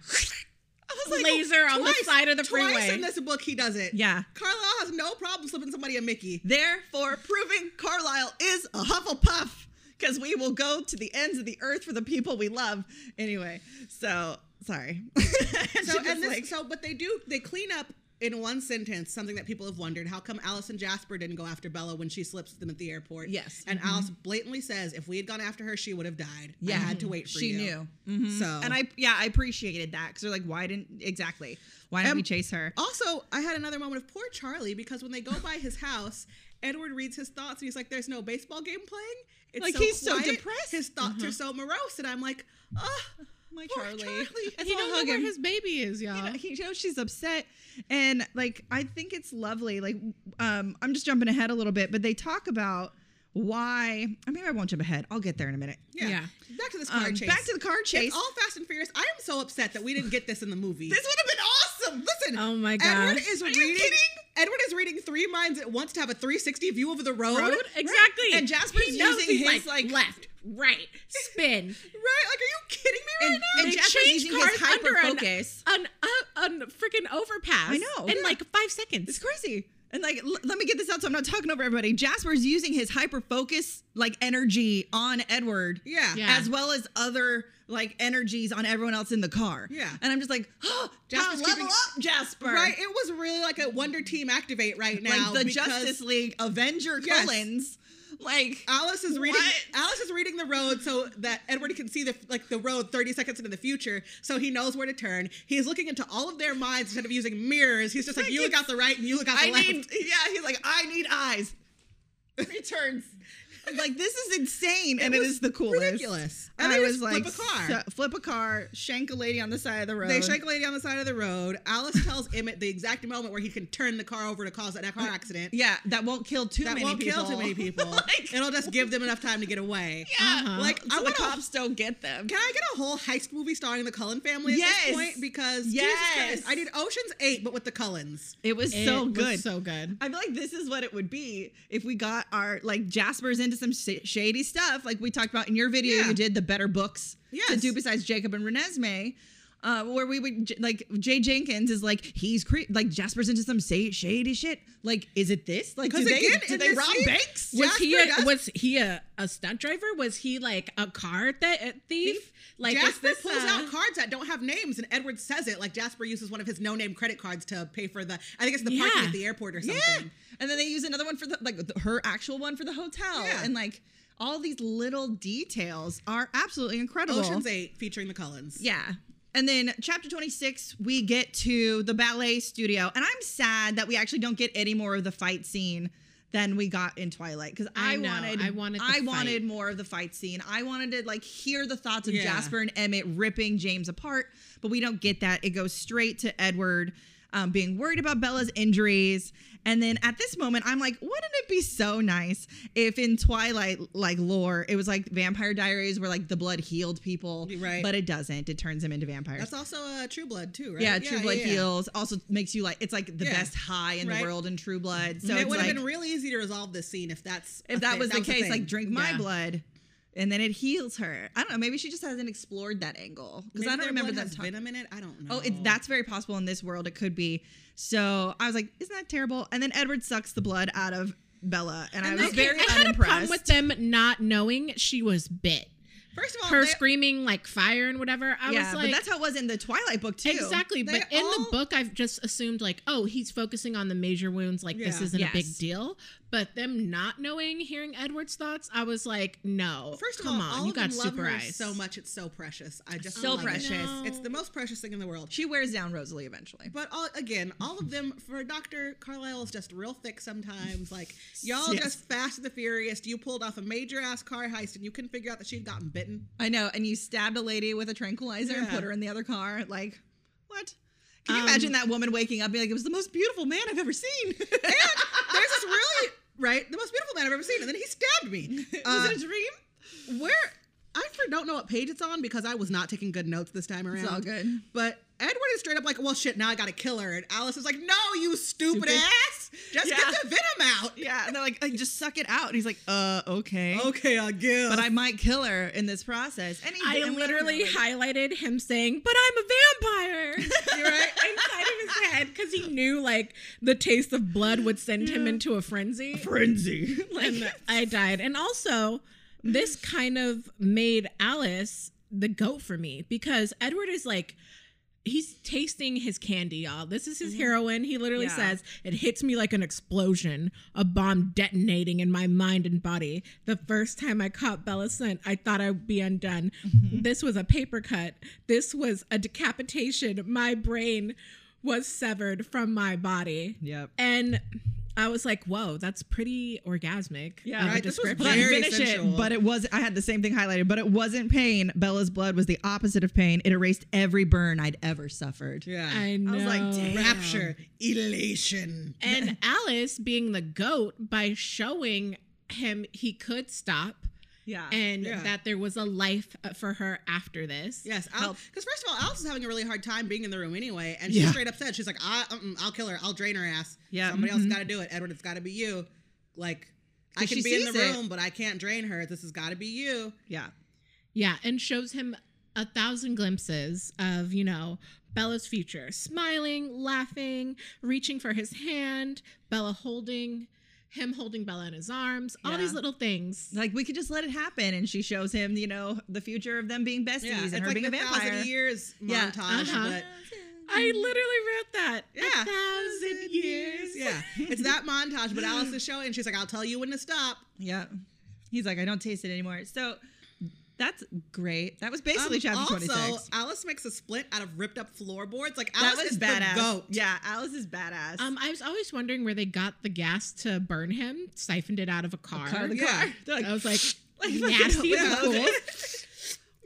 Speaker 1: I was like, oh,
Speaker 3: Laser on the
Speaker 2: Twice-
Speaker 3: side of the
Speaker 2: Twice
Speaker 3: freeway.
Speaker 2: in this book, he does it.
Speaker 1: yeah.
Speaker 2: Carlisle has no problem slipping somebody a Mickey.
Speaker 1: Therefore, proving Carlisle is a Hufflepuff because we will go to the ends of the earth for the people we love. Anyway, so sorry. <laughs>
Speaker 2: So and this, so, but they do they clean up in one sentence something that people have wondered: how come Alice and Jasper didn't go after Bella when she slips them at the airport?
Speaker 1: Yes. Mm-hmm.
Speaker 2: and Alice blatantly says, "If we had gone after her, she would have died. Yeah, I
Speaker 1: Yeah.
Speaker 2: had to wait for
Speaker 1: she
Speaker 2: you."
Speaker 1: knew. Mm-hmm.
Speaker 2: So
Speaker 1: And I, yeah, I appreciated that because they're like, why didn't exactly? Why didn't
Speaker 2: Um,
Speaker 1: we chase her?
Speaker 2: Also, I had another moment of poor Charlie because when they go by his house, Edward reads his thoughts and he's like, "There's no baseball game playing." It's
Speaker 1: Like, he's so depressed. Uh-huh.
Speaker 2: His thoughts are so morose, and I'm like, "Oh,
Speaker 1: My
Speaker 2: poor Charlie."
Speaker 1: And
Speaker 4: He don't know where his baby is, y'all.
Speaker 1: you know, he knows she's upset and like i think it's lovely like um i'm just jumping ahead a little bit but they talk about why i mean i won't jump ahead i'll get there in a minute
Speaker 2: Yeah.
Speaker 3: Yeah.
Speaker 2: Back to this car
Speaker 1: um,
Speaker 2: chase.
Speaker 1: back to the car chase
Speaker 2: It's all Fast and Furious. I am so upset that we didn't get this in the movie.
Speaker 1: this would have been awesome listen
Speaker 3: oh my
Speaker 2: Edward
Speaker 3: god.
Speaker 2: is
Speaker 1: Are you
Speaker 2: reading.
Speaker 1: kidding?
Speaker 2: Edward is reading three minds at once to have a 360 view of the road.
Speaker 3: Road?
Speaker 2: Right?
Speaker 3: Exactly.
Speaker 1: and jasper's
Speaker 3: He knows
Speaker 1: using
Speaker 3: he's
Speaker 1: his like,
Speaker 3: left, right,
Speaker 2: <laughs>
Speaker 3: spin.
Speaker 2: Like, are you kidding me right
Speaker 1: and,
Speaker 2: now?
Speaker 1: and
Speaker 3: They
Speaker 1: jasper's
Speaker 3: changed
Speaker 1: using his
Speaker 3: cars under
Speaker 1: hyper
Speaker 3: an-
Speaker 1: focus
Speaker 3: an uh, an freaking overpass.
Speaker 1: I know,
Speaker 3: in
Speaker 1: yeah.
Speaker 3: like five seconds.
Speaker 1: it's crazy and like l- let me get this out so i'm not talking over everybody jasper's using his hyper focus like energy on edward
Speaker 2: yeah.
Speaker 3: Yeah.
Speaker 1: as well as other like energies on everyone else in the car.
Speaker 2: Yeah.
Speaker 1: And I'm just like, <gasps> oh,
Speaker 2: Jasper's
Speaker 1: level
Speaker 2: keeping-
Speaker 1: up, Jasper.
Speaker 2: Right. It was really like a Wonder Team activate right now.
Speaker 1: like the
Speaker 2: because
Speaker 1: Justice League Avenger
Speaker 2: Yes. <laughs>
Speaker 1: Collins. Like
Speaker 2: Alice is reading.
Speaker 1: What?
Speaker 2: Alice is reading the road so that Edward can see the like the road 30 seconds into the future, so he knows where to turn. He's looking into all of their minds instead of using mirrors. He's just like, you look out the right and you look out the
Speaker 1: I
Speaker 2: left.
Speaker 1: need yeah, he's like, I need eyes. <laughs> Returns. I'm like this is insane, and it
Speaker 2: was
Speaker 1: is the coolest.
Speaker 2: ridiculous.
Speaker 1: And
Speaker 2: And they
Speaker 1: I
Speaker 2: just
Speaker 1: was like,
Speaker 2: flip a car.
Speaker 1: so- flip a car, shank a lady on the side of the road.
Speaker 2: They shake a lady on the side of the road. Alice tells Emmett the exact moment where he can turn the car over to cause that car accident.
Speaker 1: Yeah, that won't kill too
Speaker 2: that
Speaker 1: many
Speaker 2: won't
Speaker 1: people.
Speaker 2: kill too many people.
Speaker 1: <laughs>
Speaker 2: <laughs>
Speaker 1: Like-
Speaker 2: It'll just give them enough time to get away.
Speaker 1: yeah,
Speaker 3: Uh-huh.
Speaker 1: like
Speaker 2: Like,
Speaker 1: so
Speaker 2: I
Speaker 1: the
Speaker 2: wanna-
Speaker 1: cops don't get them.
Speaker 2: Can I get a whole heist movie starring the Cullen family at
Speaker 1: Yes.
Speaker 2: this point? Because
Speaker 1: Yes.
Speaker 2: Jesus Christ, I need Ocean's Eight, but with the Cullens.
Speaker 1: It was
Speaker 3: It
Speaker 1: so
Speaker 3: was
Speaker 1: good.
Speaker 3: so good.
Speaker 1: I feel like this is what it would be if we got our like Jasper's into some sh- shady stuff, like we talked about in your video.
Speaker 2: Yeah.
Speaker 1: You did the better books to
Speaker 2: Yes.
Speaker 1: do besides Jacob and Renesmee. Uh, where we would j- like Jay Jenkins is like he's cre- like Jasper's into some sa- shady shit. Like, is it this? Like, do
Speaker 2: 'Cause
Speaker 1: they
Speaker 2: again,
Speaker 1: do
Speaker 2: in
Speaker 1: they
Speaker 2: this
Speaker 1: rob
Speaker 2: scene-
Speaker 1: banks?
Speaker 3: Was he
Speaker 2: Jasper
Speaker 3: a,
Speaker 2: does-
Speaker 3: was he a, a stunt driver? Was he like a car th- thief? Like is
Speaker 2: Jasper
Speaker 3: this
Speaker 2: pulls
Speaker 3: uh,
Speaker 2: out cards that don't have names, and Edward says it like Jasper uses one of his no-name credit cards to pay for the. I think it's the parking
Speaker 3: Yeah.
Speaker 2: at the airport or
Speaker 1: Yeah.
Speaker 2: something.
Speaker 1: And then they use another one for the like the, her actual one for the hotel
Speaker 2: Yeah.
Speaker 1: and like all these little details are absolutely incredible.
Speaker 2: Ocean's Eight featuring the Cullens.
Speaker 1: Yeah. And then chapter 26, we get to the ballet studio. And I'm sad that we actually don't get any more of the fight scene than we got in Twilight. Because I,
Speaker 3: I know.
Speaker 1: wanted
Speaker 3: I wanted the
Speaker 1: I
Speaker 3: fight.
Speaker 1: wanted more of the fight scene. I wanted to like hear the thoughts of
Speaker 2: Yeah.
Speaker 1: Jasper and Emmett ripping James apart, but we don't get that. It goes straight to Edward. Um, being worried about Bella's injuries. And then at this moment, I'm like, wouldn't it be so nice if in Twilight like lore, it was like vampire diaries where like the blood healed people.
Speaker 2: Right.
Speaker 1: But it doesn't. It turns them into vampires.
Speaker 2: That's also uh, True Blood too, right?
Speaker 1: yeah, True Blood
Speaker 2: yeah.
Speaker 1: heals. Also makes you like it's like the
Speaker 2: Yeah.
Speaker 1: best high in
Speaker 2: Right.
Speaker 1: the world in True Blood. So
Speaker 2: And it
Speaker 1: it's
Speaker 2: would have
Speaker 1: like
Speaker 2: been real easy to resolve this scene if that's a
Speaker 1: if that
Speaker 2: thing-
Speaker 1: was the case,
Speaker 2: a
Speaker 1: like
Speaker 2: thing.
Speaker 1: drink my
Speaker 3: Yeah.
Speaker 1: blood, and then it heals her. I don't know. Maybe she just hasn't explored that angle because
Speaker 2: Maybe
Speaker 1: I don't
Speaker 2: their
Speaker 1: remember
Speaker 2: blood
Speaker 1: them
Speaker 2: has
Speaker 1: talking.
Speaker 2: venom in it. I don't know.
Speaker 1: Oh, it, that's very possible in this world. It could be. So I was like, isn't that terrible? And then Edward sucks the blood out of Bella, and, I was
Speaker 3: okay,
Speaker 1: very
Speaker 3: I had a
Speaker 1: unimpressed.
Speaker 3: problem with them not knowing she was bit.
Speaker 2: first of all
Speaker 3: Her
Speaker 2: they-
Speaker 3: screaming like fire and whatever. I
Speaker 1: yeah,
Speaker 3: was like
Speaker 1: but that's how it was in the Twilight book too.
Speaker 3: Exactly,
Speaker 2: They
Speaker 3: but in the
Speaker 2: all-
Speaker 3: book, I've just assumed like, oh, he's focusing on the major wounds, like this
Speaker 2: Yeah.
Speaker 3: isn't a big
Speaker 1: Yes.
Speaker 3: deal. But them not knowing, hearing Edward's thoughts, I was like, no,
Speaker 2: First of
Speaker 3: come
Speaker 2: all,
Speaker 3: on,
Speaker 2: all
Speaker 3: you
Speaker 2: of
Speaker 3: got
Speaker 2: them love
Speaker 3: super
Speaker 2: her
Speaker 3: eyes
Speaker 2: so much. It's so precious. I just
Speaker 1: So
Speaker 2: love it.
Speaker 1: precious.
Speaker 3: No.
Speaker 2: It's the most precious thing in the world.
Speaker 1: She wears down Rosalie eventually.
Speaker 2: But all again, all of them for Doctor Carlisle is just real thick sometimes. Like y'all
Speaker 1: Yes.
Speaker 2: just Fast and the Furious. You pulled off a major ass car heist, and you couldn't figure out that she'd gotten bit. bitten.
Speaker 1: I know. And you stabbed a lady with a tranquilizer and
Speaker 2: Yeah.
Speaker 1: put her in the other car. Like, what? Can you
Speaker 2: Um,
Speaker 1: imagine that woman waking up and being like, it was the most beautiful man I've ever <laughs> seen?
Speaker 2: There's this really right, the most beautiful man I've ever seen, and then he
Speaker 1: <laughs>
Speaker 2: stabbed me. Uh,
Speaker 1: was it a dream?
Speaker 2: where I for- don't know what page it's on because I was not taking good notes this time around.
Speaker 1: It's all good.
Speaker 2: But Edward is straight up like, well, shit, now I gotta kill her. And Alice is like, no, you stupid,
Speaker 1: Stupid.
Speaker 2: ass. Just
Speaker 1: Yeah.
Speaker 2: get the venom out.
Speaker 1: Yeah. And they're like, like, just suck it out. And he's like, uh, okay.
Speaker 2: Okay, I guess.
Speaker 1: But I might kill her in this process. And he
Speaker 3: I
Speaker 1: did- and we don't
Speaker 3: literally
Speaker 1: know.
Speaker 3: highlighted him saying, "But I'm a vampire." <laughs>
Speaker 2: You're right.
Speaker 3: inside of his head because he knew like the taste of blood would send him into a frenzy.
Speaker 1: frenzy. <laughs> like,
Speaker 3: And I died. And also, this kind of made Alice the goat for me because Edward is like. He's tasting his candy, y'all. This is his heroin. He literally
Speaker 1: Mm-hmm. Yeah.
Speaker 3: says, It hits me like an explosion, a bomb detonating in my mind and body. The first time I caught Bella Scent, I thought I'd be undone.
Speaker 1: Mm-hmm.
Speaker 3: This was a paper cut. This was a decapitation. My brain was severed from my body.
Speaker 1: yep.
Speaker 3: And I was like, whoa, that's pretty orgasmic.
Speaker 1: Yeah,
Speaker 3: of a
Speaker 1: right,
Speaker 2: this was
Speaker 3: description.
Speaker 1: But I
Speaker 2: Very
Speaker 1: finished
Speaker 2: sensual.
Speaker 1: it, but it was I had the same thing highlighted, but it wasn't pain. Bella's blood was the opposite of pain. It erased every burn I'd ever suffered.
Speaker 2: yeah.
Speaker 3: I know.
Speaker 1: I was like, damn.
Speaker 2: Rapture, elation.
Speaker 3: And Alice being the goat by showing him he could stop
Speaker 1: Yeah.
Speaker 3: and
Speaker 2: Yeah.
Speaker 3: that there was a life uh, for her after this.
Speaker 2: Yes,
Speaker 1: Help.
Speaker 2: because first of all, Alice is having a really hard time being in the room anyway, and she
Speaker 1: Yeah.
Speaker 2: straight up said, "She's like, I, um, I'll kill her. I'll drain her ass.
Speaker 1: Yeah,
Speaker 2: somebody else
Speaker 1: mhm.
Speaker 2: got to do it. Edward, it's got to be you. Like, I
Speaker 1: 'Cause
Speaker 2: can
Speaker 1: she
Speaker 2: be in the
Speaker 1: sees it.
Speaker 2: room, but I can't drain her. This has got to be you.
Speaker 1: yeah.
Speaker 3: Yeah, and shows him a thousand glimpses of, you know, Bella's future, smiling, laughing, reaching for his hand, Bella holding him holding Bella in his arms, all
Speaker 1: Yeah.
Speaker 3: these little things.
Speaker 1: Like we could just let it happen and she shows him, you know, the future of them being besties
Speaker 2: it's
Speaker 1: and her
Speaker 2: like
Speaker 1: being a
Speaker 2: the
Speaker 1: vampire.
Speaker 2: thousand years
Speaker 1: Yeah,
Speaker 2: montage,
Speaker 3: uh-huh.
Speaker 2: but
Speaker 3: I literally wrote that.
Speaker 2: Mm-hmm. Yeah.
Speaker 3: A thousand years.
Speaker 2: yeah, it's that montage. But Alice is showing. She's like, I'll tell you when to stop.
Speaker 1: Yeah. He's like, I don't taste it anymore. So that's great. That was basically
Speaker 2: Um,
Speaker 1: chapter
Speaker 2: also,
Speaker 1: 26.
Speaker 2: Alice makes a split out of ripped up floorboards. Like
Speaker 1: That
Speaker 2: Alice
Speaker 1: was
Speaker 2: is
Speaker 1: badass.
Speaker 2: The goat.
Speaker 1: Yeah, Alice is badass.
Speaker 3: Um, I was always wondering where they got the gas to burn him, siphoned it out of a car.
Speaker 1: car, the
Speaker 2: Yeah.
Speaker 1: car. They're like,
Speaker 3: I was
Speaker 2: <laughs>
Speaker 3: like,
Speaker 1: <laughs> like
Speaker 3: nasty
Speaker 1: fucking-
Speaker 3: but cool.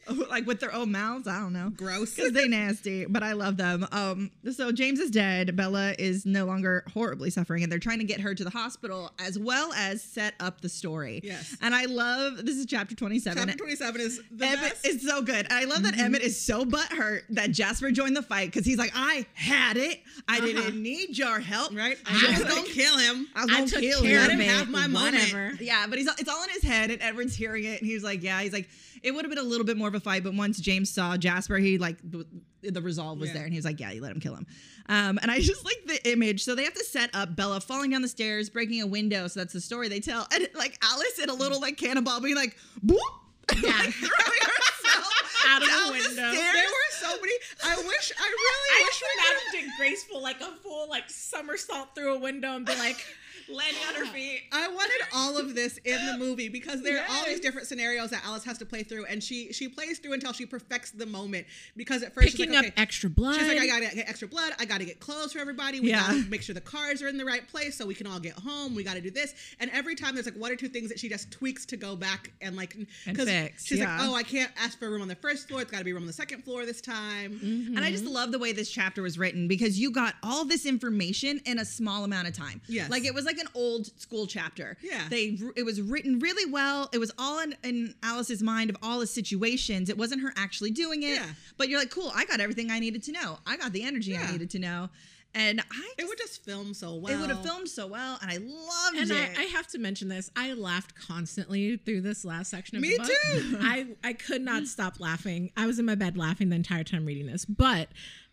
Speaker 1: <laughs> like with their own mouths. I don't know.
Speaker 2: Gross.
Speaker 1: Because they nasty, but I love them. Um, so James is dead. Bella is no longer horribly suffering, and they're trying to get her to the hospital as well as set up the story.
Speaker 2: Yes.
Speaker 1: And I love this is chapter twenty-seven.
Speaker 2: <laughs> Chapter twenty-seven is the
Speaker 1: Emmett
Speaker 2: best. Mm-hmm.
Speaker 1: is so good. I love that Emmett is so butthurt that Jasper joined the fight because he's like, I had it. I didn't need your help.
Speaker 2: Uh-huh. right?
Speaker 1: I was
Speaker 2: gonna kill him.
Speaker 1: I was
Speaker 3: I
Speaker 1: gonna
Speaker 3: took
Speaker 1: kill
Speaker 3: care
Speaker 1: him.
Speaker 3: of
Speaker 2: him
Speaker 3: it.
Speaker 2: have my money. <laughs>
Speaker 3: whatever.
Speaker 1: Yeah, but he's it's all in his head, and Edward's hearing it, and he was like, "Yeah." He's like, "It would have been a little bit more of a fight, but once James saw Jasper, he like the, the resolve was
Speaker 2: Yeah.
Speaker 1: there, and he was like, "Yeah, you let him kill him." Um, and I <laughs> just like the image. So they have to set up Bella falling down the stairs, breaking a window. So that's the story they tell, and like Alice in a little like cannonball, being like, "Boop." <laughs>
Speaker 3: Yeah.
Speaker 1: like, throwing herself
Speaker 3: Out of the
Speaker 1: down
Speaker 3: window.
Speaker 1: stairs.
Speaker 3: <laughs>
Speaker 2: There were so many. I wish. I really wish we could.
Speaker 3: did graceful, like a full like somersault through a window and be
Speaker 2: <sighs>
Speaker 3: like landing on her feet.
Speaker 2: I wanted all of this in the movie because there are all these
Speaker 3: Yes.
Speaker 2: different scenarios that Alice has to play through, and she she plays through until she perfects the moment. Because at first
Speaker 3: Picking
Speaker 2: she's like,
Speaker 3: up
Speaker 2: okay,
Speaker 3: extra blood.
Speaker 2: She's like, I gotta get extra blood. I gotta get clothes for everybody. We
Speaker 1: Yeah.
Speaker 2: gotta make sure the cars are in the right place so we can all get home. We gotta do this. And every time there's like one or two things that she just tweaks to go back and like
Speaker 1: And fix,
Speaker 2: She's
Speaker 1: yeah.
Speaker 2: like, oh, I can't ask for a room on the first floor. It's gotta be a room on the second floor this time.
Speaker 1: And I just love the way this chapter was written because you got all this information in a small amount of time.
Speaker 2: Yes.
Speaker 1: Like it was like an old school chapter.
Speaker 2: Yeah.
Speaker 1: They it was written really well. It was all in, in Alice's mind of all the situations. It wasn't her actually doing it.
Speaker 2: Yeah.
Speaker 1: But you're like, cool, I got everything I needed to know. I got the energy
Speaker 2: Yeah.
Speaker 1: I needed to know. And I
Speaker 2: It
Speaker 1: just,
Speaker 2: would just film so well.
Speaker 1: it would have filmed so well and I loved
Speaker 3: and
Speaker 1: it.
Speaker 3: I, I have to mention this. I laughed constantly through this last section of
Speaker 2: Me
Speaker 3: the book.
Speaker 2: too. <laughs>
Speaker 3: I I could not stop laughing. I was in my bed laughing the entire time reading this, but.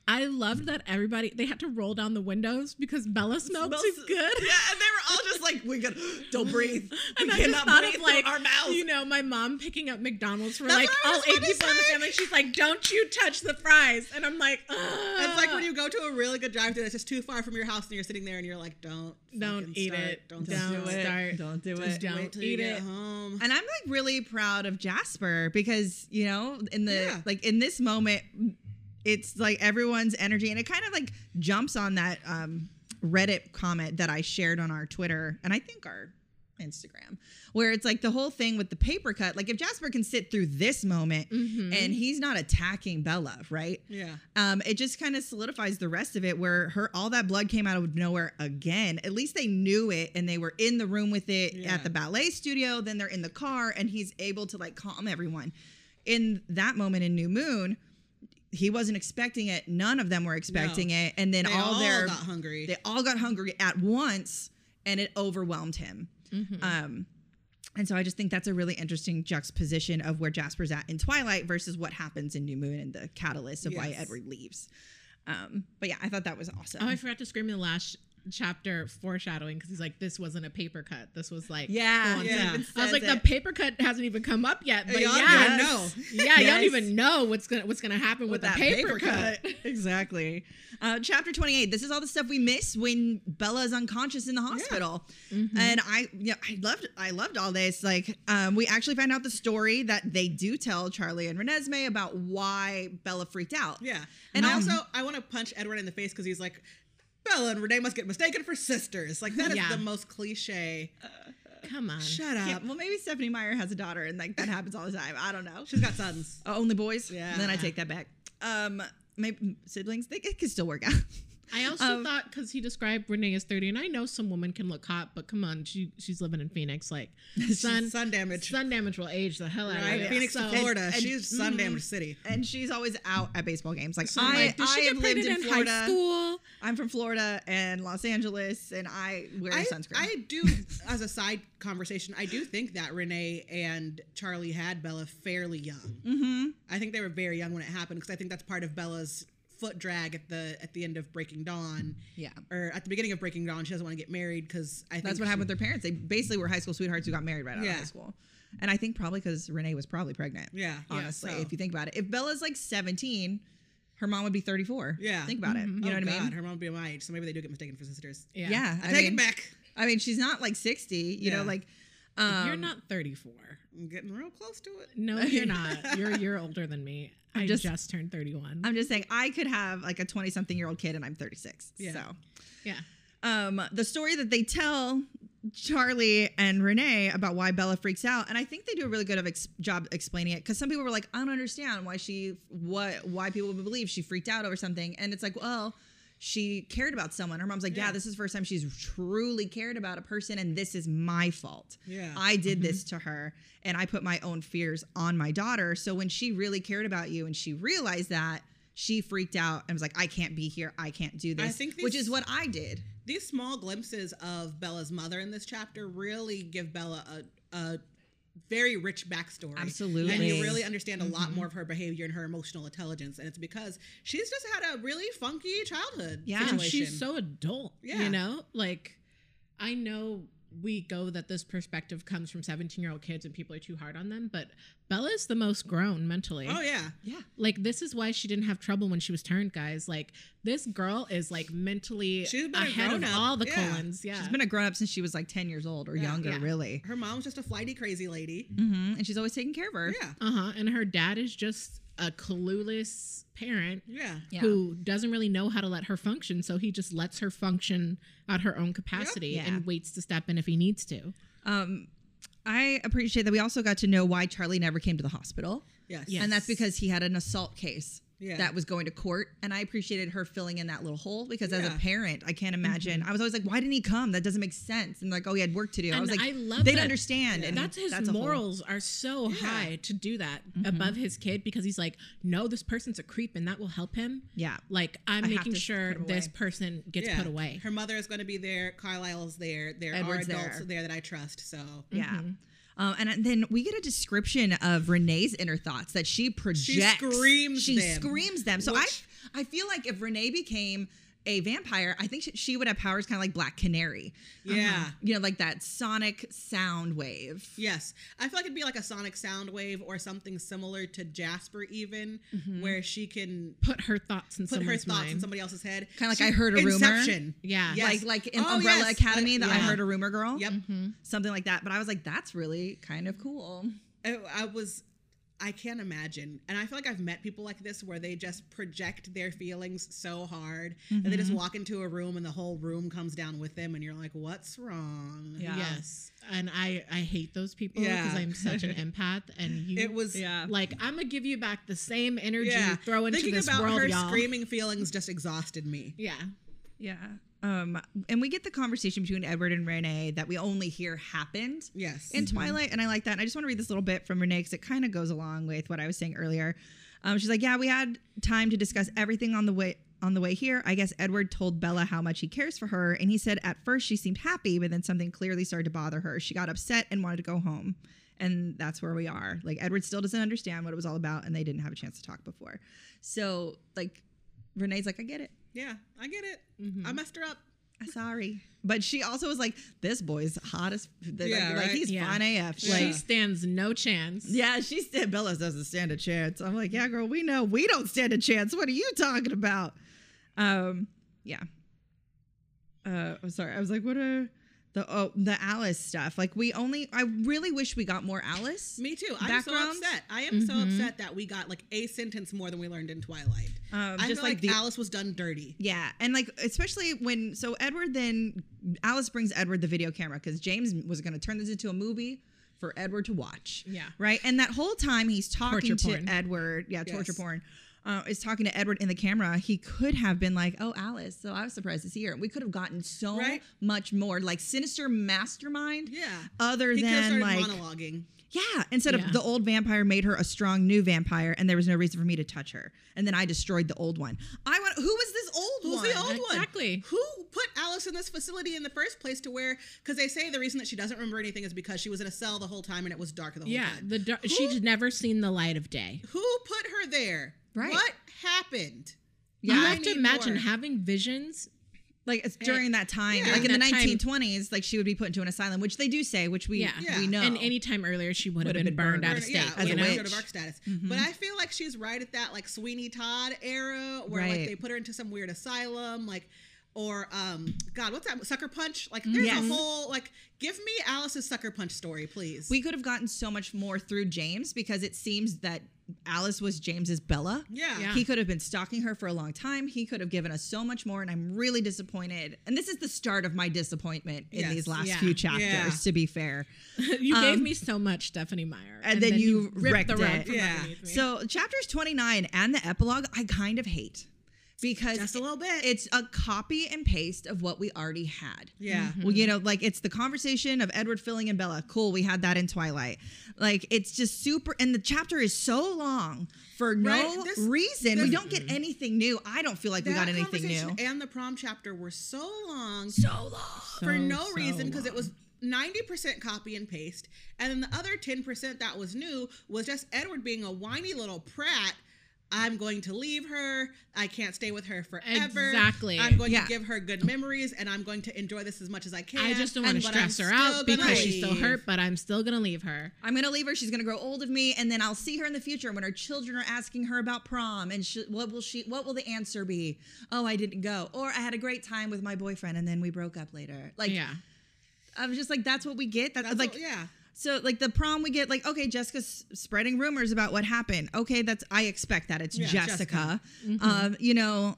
Speaker 3: I loved that everybody they had to roll down the windows because Bella smelled too
Speaker 1: Smells-
Speaker 3: good.
Speaker 2: <laughs>
Speaker 1: Yeah, and they were all just like, we got <gasps> don't <laughs> breathe. We
Speaker 3: And I just
Speaker 1: cannot
Speaker 3: thought
Speaker 1: breathe
Speaker 3: of like
Speaker 1: through our mouths.
Speaker 3: you know, my mom picking up McDonald's for
Speaker 2: That's
Speaker 3: like
Speaker 2: what I
Speaker 3: all
Speaker 2: was
Speaker 3: eight
Speaker 2: gonna
Speaker 3: people in the
Speaker 2: say.
Speaker 3: family. She's like, "Don't you touch the fries!" And I'm like, Ugh.
Speaker 2: It's
Speaker 3: <laughs>
Speaker 2: like when you go to a really good drive-thru that's just too far from your house, and you're sitting there and you're like, don't
Speaker 3: Don't
Speaker 2: fucking
Speaker 3: eat
Speaker 2: start.
Speaker 3: it.
Speaker 2: Don't,
Speaker 3: Don't
Speaker 2: do
Speaker 3: do
Speaker 2: it.
Speaker 3: it. start.
Speaker 1: Don't do
Speaker 3: Just
Speaker 1: it.
Speaker 3: don't
Speaker 2: Wait till
Speaker 3: eat
Speaker 2: you get
Speaker 3: it."
Speaker 2: home.
Speaker 1: And I'm like really proud of Jasper because, you know, in the
Speaker 2: Yeah.
Speaker 1: like in this moment, it's like everyone's energy and it kind of like jumps on that um Reddit comment that I shared on our Twitter and I think our Instagram, where it's like the whole thing with the paper cut. Like if Jasper can sit through this moment and he's not attacking Bella, right?
Speaker 2: Yeah.
Speaker 1: Um, it just kind of solidifies the rest of it where her all that blood came out of nowhere again. At least they knew it and they were in the room with it
Speaker 2: Yeah.
Speaker 1: at the ballet studio, then they're in the car and he's able to like calm everyone. In that moment in New Moon, he wasn't expecting it. None of them were expecting it. And then
Speaker 2: They
Speaker 1: all,
Speaker 2: all
Speaker 1: their
Speaker 2: got hungry.
Speaker 1: they all got hungry at once and it overwhelmed him.
Speaker 2: Mm-hmm.
Speaker 1: Um, and so I just think that's a really interesting juxtaposition of where Jasper's at in Twilight versus what happens in New Moon and the catalyst of why
Speaker 2: Yes.
Speaker 1: Edward leaves. Um, but yeah, I thought that was awesome.
Speaker 3: Oh, I forgot to scream in the last chapter foreshadowing because he's like, this wasn't a paper cut. This was like,
Speaker 1: yeah,
Speaker 2: Yeah.
Speaker 1: it even
Speaker 3: I was
Speaker 1: says
Speaker 3: like, the
Speaker 1: it.
Speaker 3: paper cut hasn't even come up yet, but
Speaker 2: Y'all don't
Speaker 3: yeah,
Speaker 2: even know.
Speaker 3: yeah, you don't
Speaker 1: Yes.
Speaker 3: even know what's gonna what's gonna happen
Speaker 1: With
Speaker 3: with, the
Speaker 1: that
Speaker 3: paper, cut. <laughs>
Speaker 1: exactly. Uh, chapter 28. This is all the stuff we miss when Bella is unconscious in the hospital.
Speaker 3: Mm-hmm.
Speaker 1: And I yeah, I loved I loved all this. Like um, we actually found out the story that they do tell Charlie and Renesmee about why Bella freaked out.
Speaker 2: Yeah.
Speaker 1: And
Speaker 2: And
Speaker 1: um,
Speaker 2: also, I want to punch Edward in the face because he's like, Bella and Renee must get mistaken for sisters. Like, that is
Speaker 3: Yeah.
Speaker 2: the most cliche.
Speaker 3: Come on,
Speaker 2: Shut
Speaker 1: Yeah,
Speaker 2: up.
Speaker 1: well, maybe Stephanie Meyer has a daughter, and like that happens all the time. I don't know.
Speaker 2: She's got sons.
Speaker 1: Uh, only boys.
Speaker 2: Yeah.
Speaker 1: Then I take that back. Um, maybe siblings. They it could still work
Speaker 3: <laughs>
Speaker 1: out.
Speaker 3: I also
Speaker 1: Um,
Speaker 3: thought because he described Renee as 30, and I know some women can look hot, but come on, she she's living in
Speaker 1: <laughs>
Speaker 3: Phoenix. Like sun
Speaker 2: sun damage.
Speaker 3: sun damage will age the hell out
Speaker 2: right?
Speaker 3: of you.
Speaker 2: Phoenix to
Speaker 3: So-
Speaker 2: Florida.
Speaker 1: and-
Speaker 2: She's sun damage city.
Speaker 1: And she's always out at baseball games. Like
Speaker 3: so I'm
Speaker 1: I,
Speaker 3: like, did
Speaker 1: I
Speaker 3: she get
Speaker 1: have lived
Speaker 3: pregnant
Speaker 1: in,
Speaker 3: in
Speaker 1: Florida.
Speaker 3: high school?
Speaker 1: I'm from Florida and Los Angeles, and I wear
Speaker 2: I,
Speaker 1: sunscreen.
Speaker 2: I do, as a side conversation, I do think that Renee and Charlie had Bella fairly young.
Speaker 1: mm-hmm.
Speaker 2: I think they were very young when it happened because I think that's part of Bella's foot drag at the at the end of Breaking Dawn
Speaker 1: Yeah.
Speaker 2: or at the beginning of Breaking Dawn. She doesn't want to get married because I think
Speaker 1: That's what
Speaker 2: she-
Speaker 1: happened with their parents. They basically were high school sweethearts who got married right out of
Speaker 2: Yeah.
Speaker 1: high school. And I think probably because Renee was probably pregnant.
Speaker 2: Yeah, yeah,
Speaker 1: Honestly,
Speaker 2: so.
Speaker 1: if you think about it, if Bella's like 17, her mom would be 34.
Speaker 2: Yeah.
Speaker 1: Think about it. You know
Speaker 2: oh
Speaker 1: what
Speaker 2: God,
Speaker 1: I mean?
Speaker 2: Her mom would be my age, so maybe they do get mistaken for sisters.
Speaker 3: Yeah.
Speaker 1: Yeah,
Speaker 2: I
Speaker 1: I
Speaker 2: take
Speaker 1: mean,
Speaker 2: it back.
Speaker 1: I mean, she's not like sixty. You
Speaker 2: Yeah.
Speaker 1: know, like um,
Speaker 3: you're not 34.
Speaker 2: I'm getting real close to it.
Speaker 3: <laughs> No, you're not. You're you're older than me. I
Speaker 1: just-
Speaker 3: just, turned 31.
Speaker 1: I'm just saying, I could have like a twenty-something-year-old kid, and I'm thirty-six.
Speaker 2: Yeah.
Speaker 1: So,
Speaker 3: yeah.
Speaker 1: um, the story that they tell Charlie and Renee about why Bella freaks out, and I think they do a really good of ex- job explaining it because some people were like, I don't understand why she what why people would believe she freaked out over something, and it's like, well. She cared about someone. Her mom's like, yeah.
Speaker 2: Yeah.
Speaker 1: this is the first time she's truly cared about a person, and this is my fault.
Speaker 2: Yeah. Mm-hmm.
Speaker 1: I did this to her and I put my own fears on my daughter. So when she really cared about you and she realized that, she freaked out and was like, I can't be here. I can't do this.
Speaker 2: think
Speaker 1: which
Speaker 2: these-
Speaker 1: is what I did.
Speaker 2: These small glimpses of Bella's mother in this chapter really give Bella a, a very rich backstory.
Speaker 1: Absolutely.
Speaker 2: And you really understand a lot more of her behavior and her emotional intelligence. And it's because she's just had a really funky childhood
Speaker 1: Yeah.
Speaker 3: And
Speaker 2: situation.
Speaker 3: she's so adult.
Speaker 2: Yeah.
Speaker 3: You know, like I know we go that this perspective comes from 17 year old kids and people are too hard on them, but Bella's the most grown mentally.
Speaker 2: Oh, yeah.
Speaker 1: Yeah.
Speaker 3: Like this is why she didn't have trouble when she was turned, guys. Like this girl is like mentally
Speaker 2: She's been a
Speaker 3: ahead of
Speaker 2: grown-up.
Speaker 3: all the
Speaker 2: Yeah.
Speaker 3: Colons. Yeah.
Speaker 1: She's been a grown up since she was like 10 years old or
Speaker 2: Yeah.
Speaker 1: younger,
Speaker 3: Yeah.
Speaker 1: really.
Speaker 2: Her mom's just a flighty, crazy lady.
Speaker 1: hmm And she's always taking care of her.
Speaker 2: Yeah.
Speaker 3: uh huh. And her dad is just a clueless parent
Speaker 2: Yeah.
Speaker 1: Yeah.
Speaker 3: who doesn't really know how to let her function. So he just lets her function at her own capacity
Speaker 1: Yeah.
Speaker 3: and waits to step in if he needs to.
Speaker 1: Um, I appreciate that we also got to know why Charlie never came to the hospital.
Speaker 2: Yes.
Speaker 3: Yeah.
Speaker 1: And that's because he had an assault case
Speaker 2: Yeah.
Speaker 1: that was going to court. And I appreciated her filling in that little hole because as a
Speaker 2: Yeah.
Speaker 1: parent, I can't imagine. I was always like, why didn't he come? That doesn't make sense. And like, oh, he had work to do. I was
Speaker 3: Mm-hmm. And
Speaker 1: like,
Speaker 3: I love
Speaker 1: they
Speaker 3: that-
Speaker 1: don't understand. And
Speaker 3: that's his
Speaker 1: a whole-
Speaker 3: morals are so high to do that above his kid because he's like, no, this person's a creep and that will help him.
Speaker 1: Yeah.
Speaker 3: Like I'm
Speaker 1: I have
Speaker 3: making
Speaker 1: to
Speaker 3: sure
Speaker 1: put him
Speaker 3: this
Speaker 1: away.
Speaker 3: person gets
Speaker 2: Yeah.
Speaker 3: put away.
Speaker 2: Her mother is going to be there. Carlisle's there. There
Speaker 1: Edward's
Speaker 2: are adults
Speaker 1: there.
Speaker 2: there. that I trust. So
Speaker 1: Yeah. Um, and then we get a description of Renee's inner thoughts that she projects.
Speaker 2: screams
Speaker 1: She
Speaker 2: them.
Speaker 1: screams them. So
Speaker 2: Which-
Speaker 1: I, I feel like if Renee became a vampire, I think she, she would have powers kind of like Black Canary.
Speaker 2: Yeah.
Speaker 1: You know, like that sonic sound wave.
Speaker 2: Yes. I feel like it'd be like a sonic sound wave or something similar to Jasper, even
Speaker 1: Mm-hmm.
Speaker 2: where she can
Speaker 3: Put her thoughts in
Speaker 2: put her
Speaker 3: someone's
Speaker 2: thoughts in
Speaker 3: mind.
Speaker 2: somebody else's head.
Speaker 1: Kinda like
Speaker 2: She-
Speaker 1: I heard a rumor.
Speaker 2: Inception.
Speaker 3: Yeah.
Speaker 2: Yes.
Speaker 1: Like like in
Speaker 2: Oh,
Speaker 1: Umbrella
Speaker 2: yes.
Speaker 1: Academy that I
Speaker 2: yeah.
Speaker 1: heard a rumor girl. Mm-hmm.
Speaker 2: Yep.
Speaker 1: Something like that. But I was like, that's really kind of cool.
Speaker 2: Oh, I, I was I can't imagine. And I feel like I've met people like this where they just project their feelings so hard and they
Speaker 1: Mm-hmm.
Speaker 2: just walk into a room and the whole room comes down with them and you're like, what's wrong?
Speaker 1: Yeah.
Speaker 4: Yes, and I I hate those people because
Speaker 2: Yeah.
Speaker 4: I'm such an empath, and you
Speaker 2: It was
Speaker 1: Yeah.
Speaker 4: like I'm gonna give you back the same energy
Speaker 2: yeah.
Speaker 4: you throw into
Speaker 2: Thinking
Speaker 4: this
Speaker 2: about
Speaker 4: world,
Speaker 2: her
Speaker 4: y'all.
Speaker 2: screaming feelings just exhausted me.
Speaker 4: Yeah,
Speaker 1: Yeah. Um, and we get the conversation between Edward and Renee that we only hear happened
Speaker 2: Yes.
Speaker 1: in Twilight, and I like that. And I just want to read this little bit from Renee because it kind of goes along with what I was saying earlier. Um, she's like, "Yeah, we had time to discuss everything on the way." On the way here, I guess Edward told Bella how much he cares for her, and he said at first she seemed happy, but then something clearly started to bother her. She got upset and wanted to go home. And that's where we are. Like, Edward still doesn't understand what it was all about, and they didn't have a chance to talk before. So, like, Renee's like, I get it.
Speaker 2: yeah, I get it.
Speaker 1: Mm-hmm.
Speaker 2: I messed her up.
Speaker 1: Sorry. But she also was like, this boy's hot as like,
Speaker 2: Yeah,
Speaker 1: like,
Speaker 2: right?
Speaker 1: he's
Speaker 4: Yeah.
Speaker 1: fine AF.
Speaker 2: Yeah.
Speaker 1: Like
Speaker 4: she stands no chance.
Speaker 1: Yeah, she said Bella doesn't stand a chance. I'm like, yeah, girl, we know we don't stand a chance. What are you talking about? Um, yeah. Uh, I'm sorry. I was like, what are the oh the Alice stuff? Like, we only. I really wish we got more Alice.
Speaker 2: Me too. I'm so
Speaker 1: Background?
Speaker 2: upset. I am so
Speaker 1: Mm-hmm.
Speaker 2: upset that we got like a sentence more than we learned in Twilight.
Speaker 1: Um,
Speaker 2: I
Speaker 1: just like
Speaker 2: feel like,
Speaker 1: the
Speaker 2: Alice was done dirty.
Speaker 1: Yeah, and like especially when so Edward then Alice brings Edward the video camera because James was going to turn this into a movie for Edward to watch.
Speaker 4: Yeah.
Speaker 1: right. And that whole time he's talking
Speaker 4: Torture
Speaker 1: to
Speaker 4: porn.
Speaker 1: Edward. Yeah, torture
Speaker 2: Yes.
Speaker 1: porn. Uh, is talking to Edward in the camera. He could have been like, "Oh, Alice." So I was surprised to see her. We could have gotten so
Speaker 2: Right.
Speaker 1: much more, like sinister mastermind.
Speaker 2: Yeah.
Speaker 1: Other
Speaker 2: He could have
Speaker 1: than
Speaker 2: started
Speaker 1: like,
Speaker 2: monologuing.
Speaker 1: yeah. Instead
Speaker 4: Yeah.
Speaker 1: of the old vampire made her a strong new vampire, and there was no reason for me to touch her. And then I destroyed the old one. I want. Who is this old
Speaker 2: Who's
Speaker 1: one?
Speaker 2: the old one?
Speaker 4: Exactly.
Speaker 2: Who put Alice in this facility in the first place to where? Because they say the reason that she doesn't remember anything is because she was in a cell the whole time and it was dark the whole
Speaker 4: Yeah,
Speaker 2: time.
Speaker 4: the dar- she's never seen the light of day.
Speaker 2: Who put her there?
Speaker 1: Right.
Speaker 2: What happened?
Speaker 4: you
Speaker 2: I
Speaker 4: have to
Speaker 2: need
Speaker 4: imagine
Speaker 2: more.
Speaker 4: having visions.
Speaker 1: like it's during that time,
Speaker 2: Yeah.
Speaker 1: like in the
Speaker 4: During that time.
Speaker 1: 1920s, like she would be put into an asylum, which they do say, which we
Speaker 4: Yeah.
Speaker 2: Yeah.
Speaker 1: we know.
Speaker 4: And any time earlier, she would have
Speaker 1: Would've
Speaker 4: been,
Speaker 1: been
Speaker 4: burned,
Speaker 1: burned.
Speaker 4: out of state.
Speaker 2: Yeah,
Speaker 1: as a
Speaker 4: you
Speaker 2: with
Speaker 4: know?
Speaker 1: witch.
Speaker 2: sort of arc status. But I feel like she's right at that like Sweeney Todd era where
Speaker 1: Right.
Speaker 2: like they put her into some weird asylum, like or um God, what's that sucker punch? Like there's
Speaker 1: Yes.
Speaker 2: a whole like give me Alice's sucker punch story, please.
Speaker 1: we could have gotten so much more through James because it seems that Alice was James's Bella.
Speaker 2: yeah.
Speaker 4: Yeah.
Speaker 1: He could have been stalking her for a long time. He could have given us so much more, and I'm really disappointed. And this is the start of my disappointment in
Speaker 2: Yes.
Speaker 1: these last
Speaker 4: Yeah.
Speaker 1: few chapters,
Speaker 2: Yeah.
Speaker 1: to be fair.
Speaker 4: you gave
Speaker 1: Um,
Speaker 4: me so much, Stephanie Meyer,
Speaker 1: and then you wrecked
Speaker 4: the rug
Speaker 1: it.
Speaker 4: from
Speaker 2: Yeah.
Speaker 4: underneath me.
Speaker 1: So chapters 29 and the epilogue, I kind of hate because
Speaker 2: Just a little bit.
Speaker 1: It's a copy and paste of what we already had.
Speaker 2: Yeah.
Speaker 1: Well, you know, like it's the conversation of Edward Filling and Bella. Cool, we had that in Twilight. Like it's just super and the chapter is so long for no
Speaker 2: Right, this-
Speaker 1: reason. we
Speaker 2: this-
Speaker 1: don't get anything new. I don't feel like we got
Speaker 2: That
Speaker 1: anything new.
Speaker 2: conversation And the prom chapter were so long
Speaker 1: So long.
Speaker 2: for
Speaker 4: So,
Speaker 2: no
Speaker 4: Oh, so
Speaker 2: reason because it was 90% copy and paste. And then the other 10% that was new was just Edward being a whiny little prat. I'm going to leave her. I can't stay with her forever.
Speaker 4: Exactly.
Speaker 2: I'm going
Speaker 1: Yeah.
Speaker 2: to give her good memories and I'm going to enjoy this as much as I can.
Speaker 4: I just don't want to
Speaker 2: and- but I'm
Speaker 4: stress her
Speaker 2: still
Speaker 4: out
Speaker 2: gonna
Speaker 4: because she's still
Speaker 2: leave."
Speaker 4: hurt, but I'm still gonna leave her.
Speaker 1: I'm gonna leave her. She's gonna grow old of me, and then I'll see her in the future when her children are asking her about prom, and she, what will she? What will the answer be? Oh, I didn't go, or I had a great time with my boyfriend, and then we broke up later. Like,
Speaker 4: yeah,
Speaker 1: I'm just like, that's what we get. That's,
Speaker 2: That's
Speaker 1: like,
Speaker 2: like, yeah.
Speaker 1: so like the prom we get, like, okay, Jessica's spreading rumors about what happened. Okay, that's I expect that. It's
Speaker 2: Yeah,
Speaker 1: Jessica. Um, you know.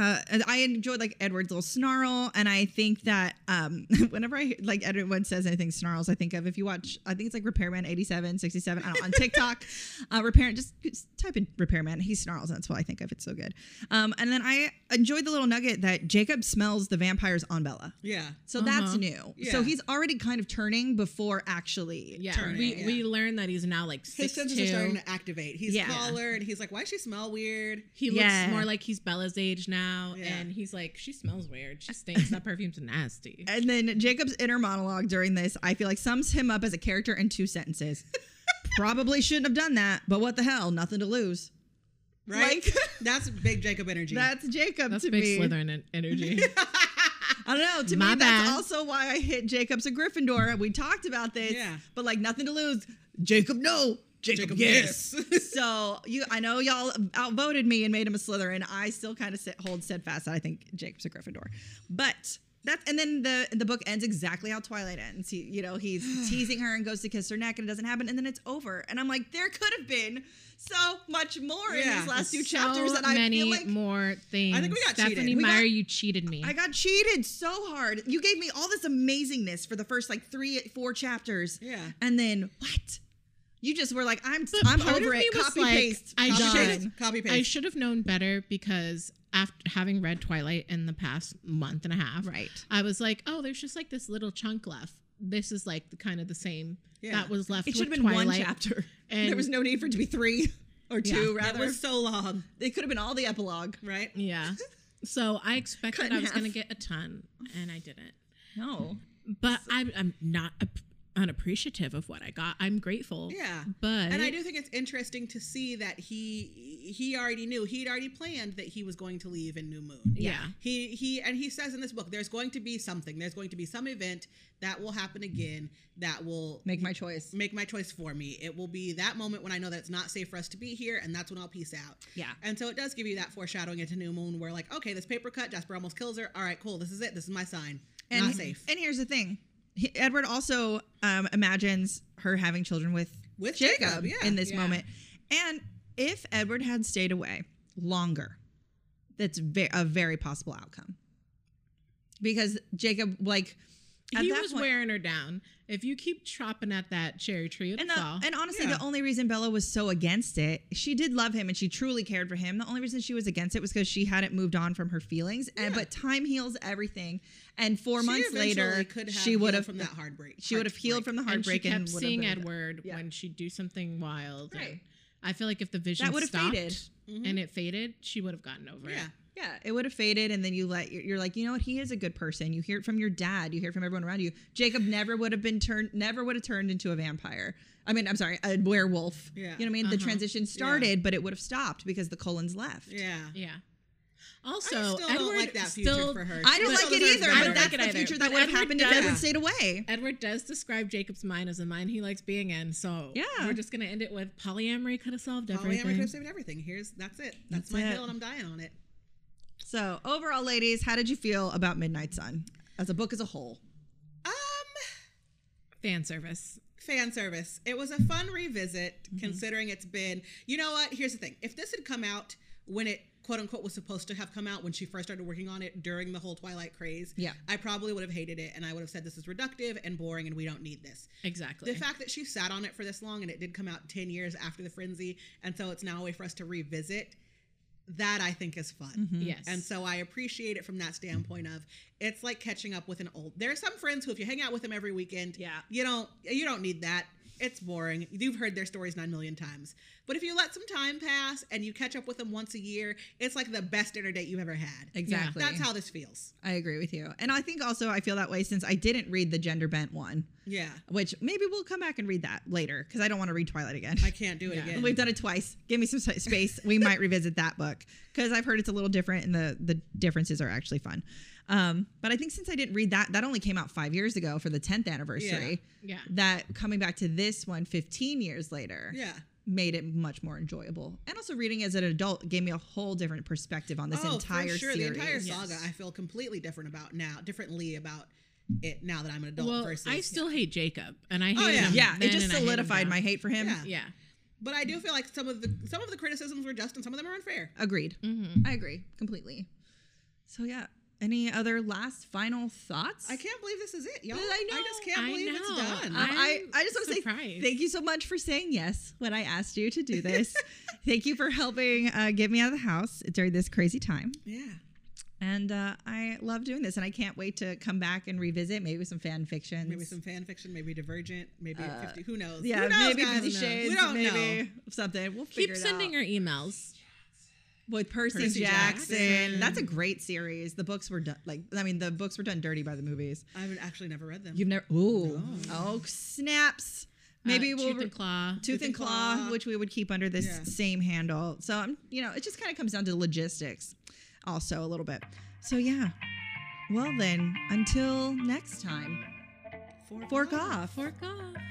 Speaker 1: Uh, and I enjoyed like Edward's little snarl, and I think that um, <laughs> whenever I hear- like everyone says anything snarls, I think of if you watch, I think it's like Repairman 87, 67 I don't know, on TikTok. uh, Repairman, just, just type in Repairman. He snarls. That's what I think of. It's so good. Um, and then I enjoyed the little nugget that Jacob smells the vampires on Bella.
Speaker 2: Yeah.
Speaker 1: So
Speaker 4: Uh-huh.
Speaker 1: that's new. So
Speaker 2: Yeah.
Speaker 1: he's already kind of turning before actually.
Speaker 4: yeah.
Speaker 2: turning,
Speaker 4: we
Speaker 2: yeah.
Speaker 4: we learned that he's now like
Speaker 2: His
Speaker 4: six
Speaker 2: senses are starting
Speaker 4: two.
Speaker 2: to activate. He's
Speaker 1: Yeah.
Speaker 2: taller and he's like, why does she smell weird?
Speaker 4: He looks
Speaker 1: Yeah.
Speaker 4: more like he's Bella's age now,
Speaker 2: Yeah.
Speaker 4: and he's like, she smells weird. She stinks. that perfume's nasty.
Speaker 1: And then Jacob's inner monologue during this, I feel like sums him up as a character in two
Speaker 4: <laughs>
Speaker 1: sentences. Probably shouldn't have done that, but what the hell? Nothing to lose.
Speaker 2: Right?
Speaker 1: Like-
Speaker 2: <laughs> that's big Jacob energy.
Speaker 1: That's Jacob
Speaker 4: That's
Speaker 1: to
Speaker 4: big
Speaker 1: me.
Speaker 4: Slytherin en- energy.
Speaker 1: I don't know. To
Speaker 4: My
Speaker 1: me,
Speaker 4: bad.
Speaker 1: that's also why I hit Jacob's a Gryffindor. We talked about this,
Speaker 2: Yeah.
Speaker 1: but like nothing to lose. Jacob, no. Jacob,
Speaker 2: Jacob,
Speaker 1: yes. so you, I know y'all outvoted me and made him a Slytherin. I still kind of sit, hold steadfast that I think Jacob's a Gryffindor, but That and then the the book ends exactly how Twilight ends. He, you know,
Speaker 3: <sighs>
Speaker 1: he's teasing her and goes to kiss her neck and it doesn't happen and then it's over. And I'm like, there could have been so much more in
Speaker 2: Yeah.
Speaker 1: these last two
Speaker 3: So
Speaker 1: chapters that I
Speaker 3: many
Speaker 1: feel like
Speaker 3: more things.
Speaker 2: I think we got cheated.
Speaker 3: Stephanie
Speaker 1: We got-
Speaker 3: Meyer, you cheated me.
Speaker 1: I got cheated so hard. You gave me all this amazingness for the first like three, four chapters.
Speaker 2: Yeah.
Speaker 1: And then what? You just were like, I'm,
Speaker 3: But
Speaker 1: I'm
Speaker 3: part of
Speaker 1: over
Speaker 3: me
Speaker 1: it.
Speaker 3: was
Speaker 1: Copy
Speaker 3: like,
Speaker 1: paste.
Speaker 3: I
Speaker 1: copy
Speaker 3: done.
Speaker 1: paste.
Speaker 2: Copy paste.
Speaker 3: I should have known better because after having read Twilight in the past month and a half,
Speaker 1: Right.
Speaker 3: I was like, oh, there's just like this little chunk left. This is like the kind of the same
Speaker 2: Yeah.
Speaker 3: that was left.
Speaker 1: It should have
Speaker 3: with
Speaker 1: been one
Speaker 3: Twilight.
Speaker 1: chapter.
Speaker 3: and-
Speaker 1: there was no need for it to be three or two,
Speaker 2: That
Speaker 1: rather.
Speaker 2: was so long,
Speaker 1: <laughs> They could have been all the epilogue.
Speaker 2: right?
Speaker 1: <laughs>
Speaker 3: Yeah. So I
Speaker 1: Cut
Speaker 3: expected
Speaker 1: in
Speaker 3: I was
Speaker 1: half.
Speaker 3: going to get a ton, and I didn't.
Speaker 1: No.
Speaker 3: But I'm, I'm not ap- unappreciative of what I got. I'm grateful.
Speaker 2: Yeah.
Speaker 3: But
Speaker 2: And I do think it's interesting to see that he he already knew he'd already planned that he was going to leave in New Moon.
Speaker 3: Yeah.
Speaker 2: He he and he says in this book, there's going to be something. There's going to be some event that will happen again that will
Speaker 1: Make my choice.
Speaker 2: make my choice for me. It will be that moment when I know that it's not safe for us to be here, and that's when I'll peace out.
Speaker 1: Yeah.
Speaker 2: And so it does give you that foreshadowing into New Moon, where like, okay, this paper cut, Jasper almost kills her. All right, cool. This is it. This is my sign.
Speaker 1: And,
Speaker 2: not safe
Speaker 1: And here's the thing He- Edward also um, imagines her having children with
Speaker 2: with
Speaker 1: Jacob,
Speaker 2: yeah.
Speaker 1: in this
Speaker 3: yeah.
Speaker 1: moment. And if Edward had stayed away longer, that's ve- a very possible outcome. Because Jacob, like, at
Speaker 3: he
Speaker 1: that
Speaker 3: was
Speaker 1: point-
Speaker 3: wearing her down. If you keep chopping at that cherry tree, it'll
Speaker 1: And, the,
Speaker 3: fall.
Speaker 1: and honestly,
Speaker 2: Yeah.
Speaker 1: the only reason Bella was so against it, she did love him and she truly cared for him. The only reason she was against it was because she hadn't moved on from her feelings. And
Speaker 2: Yeah.
Speaker 1: but time heals everything. And four
Speaker 2: She
Speaker 1: months
Speaker 2: eventually
Speaker 1: later,
Speaker 2: could have
Speaker 1: she would
Speaker 2: healed
Speaker 1: have
Speaker 2: from that heartbreak.
Speaker 1: she would have healed
Speaker 2: heartbreak.
Speaker 1: from the
Speaker 3: And she
Speaker 1: heartbreak
Speaker 3: kept
Speaker 1: and, would have
Speaker 3: seeing
Speaker 1: been okay.
Speaker 3: Edward
Speaker 1: Yeah.
Speaker 3: when she'd do something wild. and
Speaker 1: Right.
Speaker 3: I feel like if the vision
Speaker 1: That would have
Speaker 3: stopped
Speaker 1: faded.
Speaker 3: and it faded, she would have gotten over
Speaker 2: Mm-hmm. Yeah.
Speaker 3: it.
Speaker 1: Yeah, it would have faded, and then you let you're you're like, you know what? He is a good person. You hear it from your dad. You hear it from everyone around you. Jacob never would have been turned, never would have turned into a vampire. I mean, I'm sorry, a werewolf.
Speaker 2: Yeah.
Speaker 1: you know what I mean. The
Speaker 3: Uh-huh.
Speaker 1: transition started, but it would have stopped because the Colons left.
Speaker 2: Yeah.
Speaker 3: Yeah. Also,
Speaker 2: I still
Speaker 3: Edward
Speaker 2: don't like that future
Speaker 3: still
Speaker 2: for her.
Speaker 1: I don't
Speaker 2: She
Speaker 1: like
Speaker 2: still
Speaker 1: it
Speaker 2: deserves
Speaker 1: either.
Speaker 2: better.
Speaker 1: But
Speaker 3: don't
Speaker 1: that's
Speaker 3: like it
Speaker 1: the
Speaker 3: either,
Speaker 1: future
Speaker 3: but
Speaker 1: that would have
Speaker 3: Edward
Speaker 1: happened if Edward
Speaker 3: does.
Speaker 1: stayed away.
Speaker 3: Edward does describe Jacob's mind as a mind he likes being in, so
Speaker 1: Yeah.
Speaker 3: we're just gonna end it with polyamory could have solved everything.
Speaker 2: Polyamory could have saved everything. Here's that's it.
Speaker 1: That's
Speaker 2: That's, my
Speaker 1: it.
Speaker 2: hill, and I'm dying on it.
Speaker 1: So overall, ladies, how did you feel about Midnight Sun as a book as a whole?
Speaker 2: Um,
Speaker 3: Fan service.
Speaker 2: fan service. It was a fun revisit,
Speaker 1: Mm-hmm.
Speaker 2: considering it's been. You know what? Here's the thing. If this had come out when it quote unquote was supposed to have come out when she first started working on it during the whole Twilight craze,
Speaker 1: Yeah.
Speaker 2: I probably would have hated it, and I would have said this is reductive and boring, and we don't need this.
Speaker 3: Exactly.
Speaker 2: The fact that she sat on it for this long and it did come out 10 years after the frenzy, and so it's now a way for us to revisit, that I think is fun.
Speaker 1: Mm-hmm.
Speaker 3: yes.
Speaker 2: And so I appreciate it from that standpoint of it's like catching up with an old. There are some friends who, if you hang out with them every weekend,
Speaker 1: Yeah.
Speaker 2: you don't you don't need that. It's boring. You've heard their stories nine million times. But if you let some time pass and you catch up with them once a year, it's like the best dinner date you've ever had.
Speaker 1: Exactly.
Speaker 2: That's how this feels.
Speaker 1: I agree with you, and I think also I feel that way since I didn't read the gender bent one,
Speaker 2: Yeah,
Speaker 1: which maybe we'll come back and read that later because I don't want to read Twilight again.
Speaker 2: I can't do it
Speaker 3: Yeah.
Speaker 2: again.
Speaker 1: We've done it twice. Give me some si- space. We might revisit that book because I've heard it's a little different, and the the differences are actually fun. Um, but I think since I didn't read that, that only came out five years ago for the 10th anniversary.
Speaker 3: Yeah. Yeah.
Speaker 1: That coming back to this one 15 years later
Speaker 2: yeah.
Speaker 1: made it much more enjoyable. And also reading as an adult gave me a whole different perspective on this entire
Speaker 2: Oh, for sure.
Speaker 1: series.
Speaker 2: The entire
Speaker 3: Yes.
Speaker 2: saga, I feel completely different about now, differently about it now that I'm an adult.
Speaker 3: well,
Speaker 2: versus, Oh,
Speaker 3: I still hate Jacob, and I hate
Speaker 2: yeah.
Speaker 3: him.
Speaker 1: yeah,
Speaker 3: then
Speaker 1: it just
Speaker 3: and I hate him
Speaker 1: solidified
Speaker 3: now.
Speaker 1: my hate for him.
Speaker 2: Yeah.
Speaker 3: Yeah.
Speaker 2: But I do feel like some of the some of the criticisms were just, and some of them are unfair.
Speaker 1: Agreed.
Speaker 3: Mm-hmm.
Speaker 1: I agree completely. So yeah, any other last final thoughts?
Speaker 2: I can't believe this is it, y'all.
Speaker 1: I know.
Speaker 2: just can't
Speaker 3: I
Speaker 2: believe
Speaker 3: know.
Speaker 2: it's done.
Speaker 1: Um, I,
Speaker 3: I'm
Speaker 1: I just want to say
Speaker 3: surprised.
Speaker 1: thank you so much for saying yes when I asked you to do
Speaker 2: <laughs>
Speaker 1: this. thank you for helping uh, get me out of the house during this crazy time.
Speaker 2: yeah.
Speaker 1: And uh, I love doing this, and I can't wait to come back and revisit maybe with some fan fiction.
Speaker 2: Maybe some fan fiction, maybe Divergent, maybe
Speaker 1: Uh,
Speaker 2: 50. Who knows?
Speaker 1: Yeah,
Speaker 2: Who knows,
Speaker 1: maybe
Speaker 2: guys?
Speaker 1: Fifty
Speaker 2: Who knows?
Speaker 1: Shades.
Speaker 2: We don't
Speaker 1: maybe
Speaker 2: know.
Speaker 1: something. We'll figure
Speaker 3: Keep
Speaker 1: it
Speaker 3: sending
Speaker 1: out.
Speaker 3: her emails.
Speaker 1: with Percy,
Speaker 3: Percy
Speaker 1: Jackson.
Speaker 3: Jackson.
Speaker 1: That's a great series. The books were done like I mean the books were done dirty by the movies.
Speaker 2: I've actually never read them.
Speaker 1: You've never ooh oh snaps. Maybe
Speaker 3: Uh,
Speaker 1: we'll
Speaker 3: Tooth and Claw.
Speaker 1: Tooth, and claw, which we would keep under this
Speaker 2: Yeah.
Speaker 1: same handle. So I'm, you know, it just kind of comes down to logistics, also a little bit. So yeah. Well then, until next time,
Speaker 2: Fork,
Speaker 1: fork off.
Speaker 3: Fork off.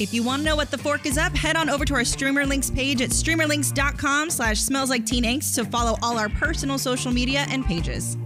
Speaker 1: If you want to know what the fork is up, head on over to our StreamerLinks page at streamerlinks.com slash smells like teen angst to follow all our personal social media and pages.